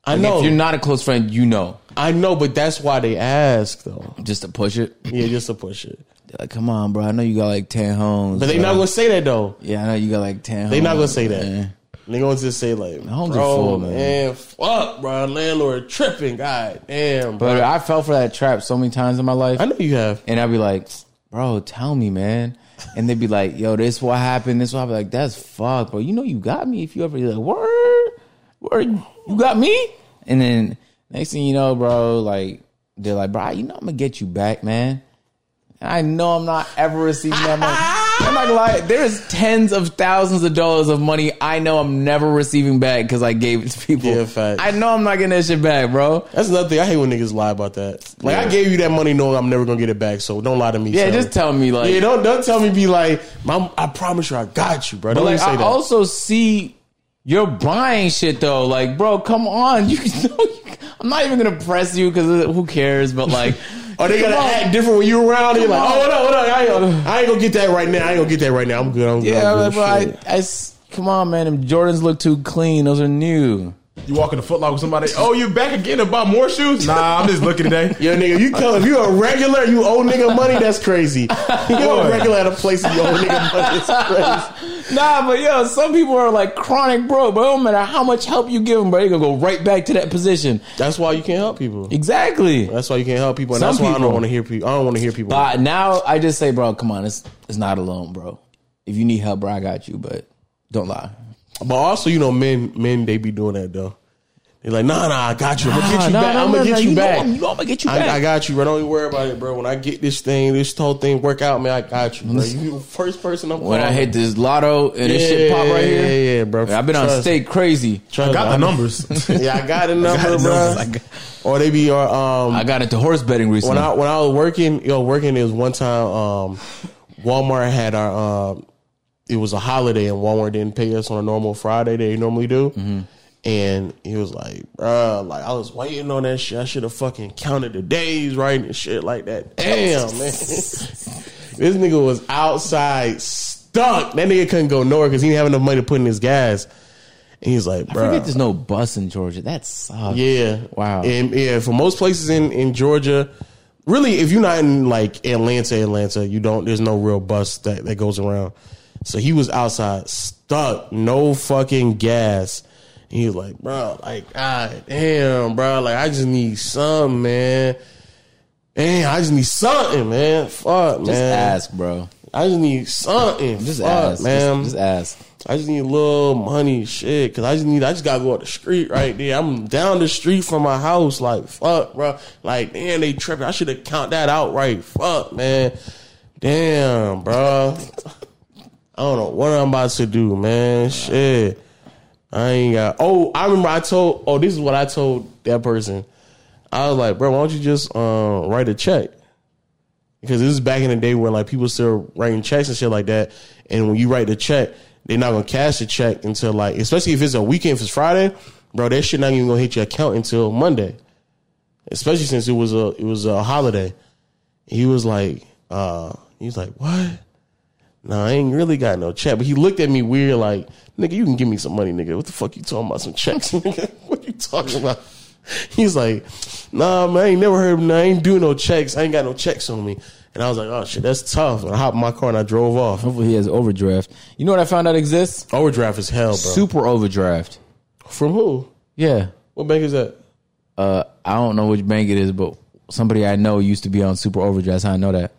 I Like, know. If you're not a close friend, you know. I know, but that's why they ask though. Just to push it. Yeah, just to push it. They're like, come on, bro. I know you got like 10 homes. But they not gonna say that though. Yeah, I know you got like 10 They homes. not gonna say that. man. They gonna just say like, homes are bro, full, man." man. fuck, bro, landlord tripping, god damn, bro. But uh, I fell for that trap so many times in my life. I know you have. And I'd be like, bro, tell me, man. And they'd be like, yo, this what happened. This what happened. Like, that's fucked, bro. You know, you got me if you ever, you're like, word, word, you got me? And then next thing you know, bro, like, they're like, bro, you know, I'm going to get you back, man. And I know I'm not ever receiving that money. I'm not gonna lie, there's tens of thousands of dollars of money I know I'm never receiving back because I gave it to people. Yeah, facts. I know I'm not getting that shit back, bro. That's another thing. I hate when niggas lie about that. Like I gave you that money knowing I'm never gonna get it back, so don't lie to me. Yeah, son. just tell me, like, Yeah, don't don't tell me be like, Mom, I promise you I got you, bro. Don't But even like, say I that. also see you're buying shit though. Like, bro, come on. You know, I'm not even gonna press you because who cares? But like, Or Oh, they come gotta on. act different when you around. You're like, on. oh, what up, what up? I ain't, gonna- I ain't gonna get that right now. I ain't gonna get that right now. I'm good. I'm good. Yeah, I'm like, good. bro, I, Shit. I s- come on, man. Them Jordans look too clean. Those are new. You walk in the footlocker with somebody. Oh, you back again to buy more shoes? Nah, I'm just looking today. Yo, nigga, if you come, if you a regular, you owe nigga money. That's crazy. You a regular at a place and you owe nigga money. That's crazy. Nah, but yo, some people are like chronic broke, but no matter how much help you give them, bro, they gonna go right back to that position. That's why you can't help people. Exactly. That's why you can't help people. And Some that's why I people. don't want to hear people. I don't want to hear people. But now I just say, bro, come on, it's it's not alone, bro. If you need help, bro, I got you. But don't lie. But also, you know, men, men, they be doing that though. They like, nah, nah, I got you. I'm gonna Nah, get you nah, back. nah, I'm nah, gonna nah, get you you know back. I'm- you know I'ma get you I- back. I got you, bro. Don't even worry about it, bro. When I get this thing, this whole thing work out, man. I got you, bro. You the first person I'm When I calling. hit this lotto and yeah, this shit pop right yeah, here, yeah, yeah, bro. I've been on Trust- state crazy. trust- Got the I- numbers. Yeah, I got a number, the bro. numbers. I got- Or they be or um. I got into horse betting recently. when I when I was working, yo, working is one time. Um, Walmart had our. Um, it was a holiday, and Walmart didn't pay us on a normal Friday they normally do. Mm-hmm. And he was like, "Bruh, like I was waiting on that shit. I should have fucking counted the days, right, and shit like that." Damn, man, this nigga was outside stuck. That nigga couldn't go nowhere because he didn't have enough money to put in his gas. And he's like, I forget "Bruh, there's no bus in Georgia. That sucks. yeah. Wow. And yeah, for most places in in Georgia, really, if you're not in like Atlanta, Atlanta, you don't. There's no real bus that that goes around. So he was outside, stuck, no fucking gas. And he was like, bro, like, god damn, bro, like I just need something, man. Man, I just need something, man. Fuck, man. Just ask, bro. I just need something. Just Fuck, ask, man. Just, just ask. I just need a little money, shit, cause I just need, I just gotta go up the street right there. I'm down the street from my house, like fuck, bro. Like damn, they tripping. I should have count that out right. Fuck, man. Damn, bro. I don't know what I'm about to do, man. Shit, I ain't got. Oh, I remember I told. Oh, this is what I told that person. I was like, bro, why don't you just uh, write a check? because this is back in the day when like people still writing checks and shit like that. And when you write the check, they're not gonna cash the check until like, especially if it's a weekend, if it's Friday, bro, that shit not even gonna hit your account until Monday. Especially since it was a it was a holiday. He was like, uh, he was like, what? Nah, I ain't really got no check. But he looked at me weird, like, nigga, you can give me some money, nigga. What the fuck you talking about? Some checks, nigga? What you talking about? He's like, nah, man, I ain't never heard of nah, I ain't do no checks. I ain't got no checks on me. And I was like, oh shit, that's tough. And I hopped in my car and I drove off. Hopefully he has overdraft. You know what I found out exists? Overdraft is hell, bro. Super overdraft. From who? Yeah. What bank is that? Uh, I don't know which bank it is, but somebody I know used to be on super overdraft. That's how I know that.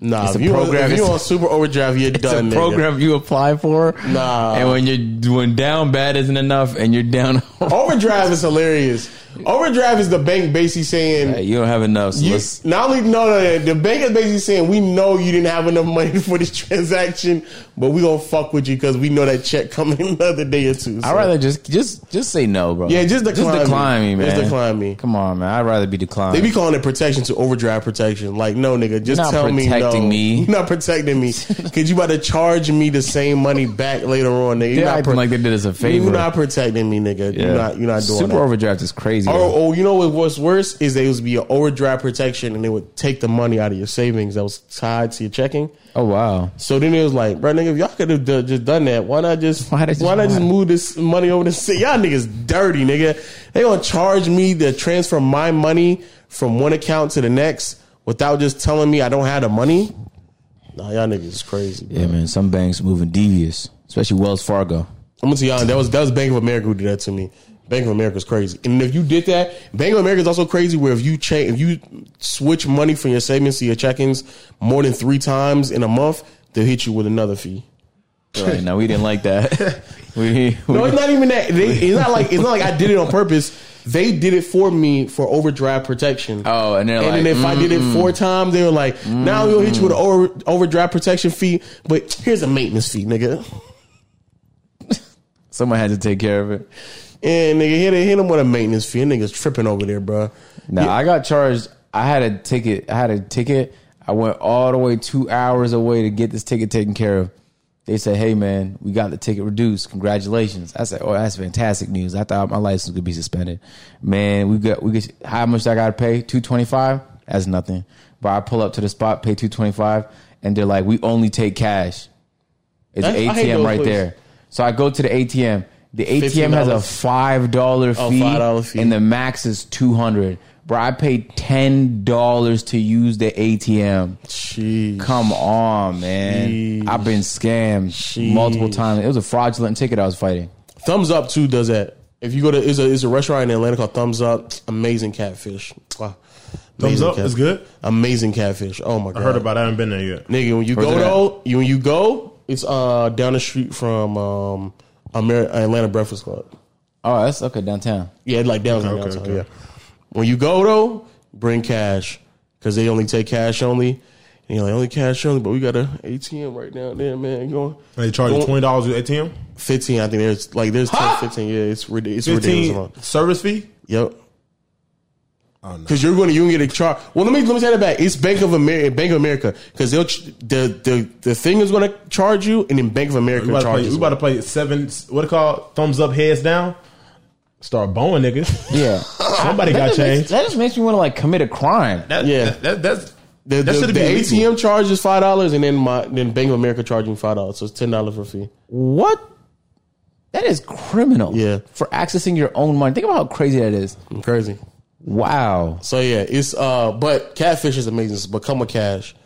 Nah, It's if a you, program. if you It's- on super overdraft, you're It's done. a nigga. program you apply for. Nah. And when you're when down bad isn't enough and you're down Overdrive is hilarious. Overdrive is the bank basically saying, Hey, you don't have enough. So You, let's, not only no, no, no, the bank is basically saying we know you didn't have enough money for this transaction, but we gonna fuck with you because we know that check coming another day or two. so. I'd rather just just just say no, bro. yeah, just decline, just decline me, man. Just decline me. Come on, man. I'd rather be declined. They be calling it protection to overdrive protection. Like, no, nigga, just not tell me no. protecting me. You're not protecting me because you about to charge me the same money back later on, nigga. You're They're not acting pro- like they did us a favor. You're not protecting me, nigga. You're not. You're not doing Super that. Oh. overdraft is crazy. Yeah. Or, or you know what was worse is they would be an overdraft protection and they would take the money out of your savings that was tied to your checking. Oh wow. So then it was like, bro, nigga, if y'all could have d- just done that, why not just Why why, not just- not just why? move this money over to city? Y'all niggas dirty, nigga. They gonna charge me to transfer my money from one account to the next without just telling me I don't have the money. Nah, y'all niggas is crazy. Bro. Yeah, man. Some banks moving devious, especially Wells Fargo. I'm gonna tell y'all that was that was Bank of America who did that to me. Bank of America's crazy, and if you did that, Bank of America is also crazy. Where if you change, if you switch money from your savings to your check-ins more than three times in a month, they'll hit you with another fee. Right now, we didn't like that. we, we No, it's not even that. They, it's not like it's not like I did it on purpose. They did it for me for overdraft protection. Oh, and they're and like, mm-hmm. then if I did it four times, they were like, now we'll hit you with an over, overdraft protection fee, but here's a maintenance fee, nigga. mm, someone had to take care of it. And nigga hit it, hit him with a maintenance fee. And niggas tripping over there, bro. No, I got charged. I had a ticket. I had a ticket. I went all the way two hours away to get this ticket taken care of. They said, "Hey, man, we got the ticket reduced. Congratulations!" I said, "Oh, that's fantastic news. I thought my license could be suspended. Man, we got we get how much I got to pay? Two twenty five. That's nothing. But I pull up to the spot, pay two twenty five, and they're like, "We only take cash. It's an That's- I hate ATM those right places. there." So I go to the ATM. The ATM has a $15. five dollar Oh, fee, $5 fee. and the max is two hundred. Bro, I paid ten dollars to use the ATM. Jeez. Come on, man! Sheesh. I've been scammed Sheesh. multiple times. It was a fraudulent ticket I was fighting. Thumbs Up too does that. If you go to is a is a restaurant in Atlanta called Thumbs Up, amazing catfish. Wow. Thumbs Amazing up is good. Amazing catfish. Oh my god. I heard about. It. I haven't been there yet. Nigga, when you Where's it go at? though, you when you go, it's uh down the street from um Amer- Atlanta Breakfast Club. Oh, that's okay downtown. Yeah, like down Okay, downtown. okay. Yeah. When you go though, bring cash because they only take cash only. And you're like only cash only, but we got a ATM right down there, man. Going And they charge you twenty dollars with ATM. fifteen. I think there's like there's 10, 15. Yeah, it's ridic- it's ridiculous. Fifteen amount. service fee. Yep. Oh, Because you're going to you can get a charge. Well, let me let me take that back. It's Bank of America, Bank of America, because they'll ch- the the the thing is going to charge you, and then Bank of America We about, to play, charges. we about to play seven. What it called? Thumbs up, heads down. Start bowing niggas. Yeah, Somebody got that, just makes, changed. that just makes me want to like commit a crime. That, Yeah. that, that, that's The, that the, should the be illegal. ATM charge is five dollars, and then my then Bank of America charging five dollars, so it's ten dollars for a fee. What? That is criminal. Yeah. for accessing your own money. Think about how crazy that is. I'm crazy. Wow. So yeah, it's uh, but catfish is amazing. But come with cash.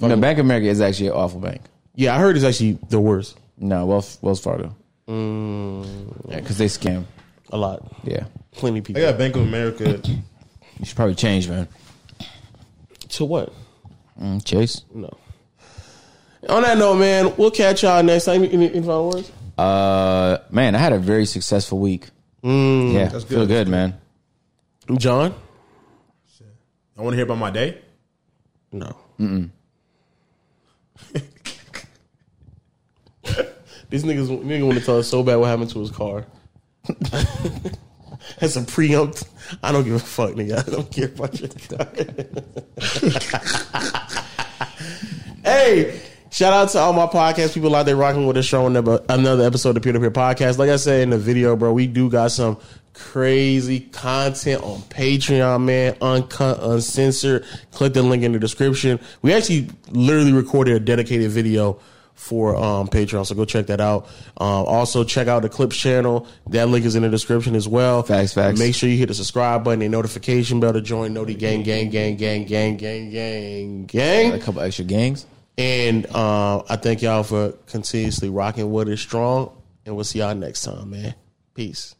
No, Bank of America is actually an awful bank. Yeah, I heard it's actually the worst. No, Wells Wells Fargo. because they scam. A lot, Yeah, plenty of people. I got Bank of America. you should probably change, man. To what? Mm, Chase. No. On that note, man, we'll catch y'all next time. Any, any final words? Uh, man, I had a very successful week. yeah, feel good. good, man. John? I want to hear about my day. No. These niggas nigga want to tell us so bad what happened to his car. That's a preempt. I don't give a fuck, nigga. I don't care about your car. hey, shout out to all my podcast people out there rocking with us, showing up a- another episode of Peer to Peer Podcast. Like I said in the video, bro, we do got some crazy content on Patreon, man, uncut, uncensored. Click the link in the description. We actually literally recorded a dedicated video for um, Patreon, so go check that out. Um, also, check out the Clips channel. That link is in the description as well. Facts, facts. Make sure you hit the subscribe button and notification bell to join Noti Gang, gang, gang, gang, gang, gang, gang, gang. A couple extra gangs. And uh, I thank y'all for continuously rocking with it strong. And we'll see y'all next time, man. Peace.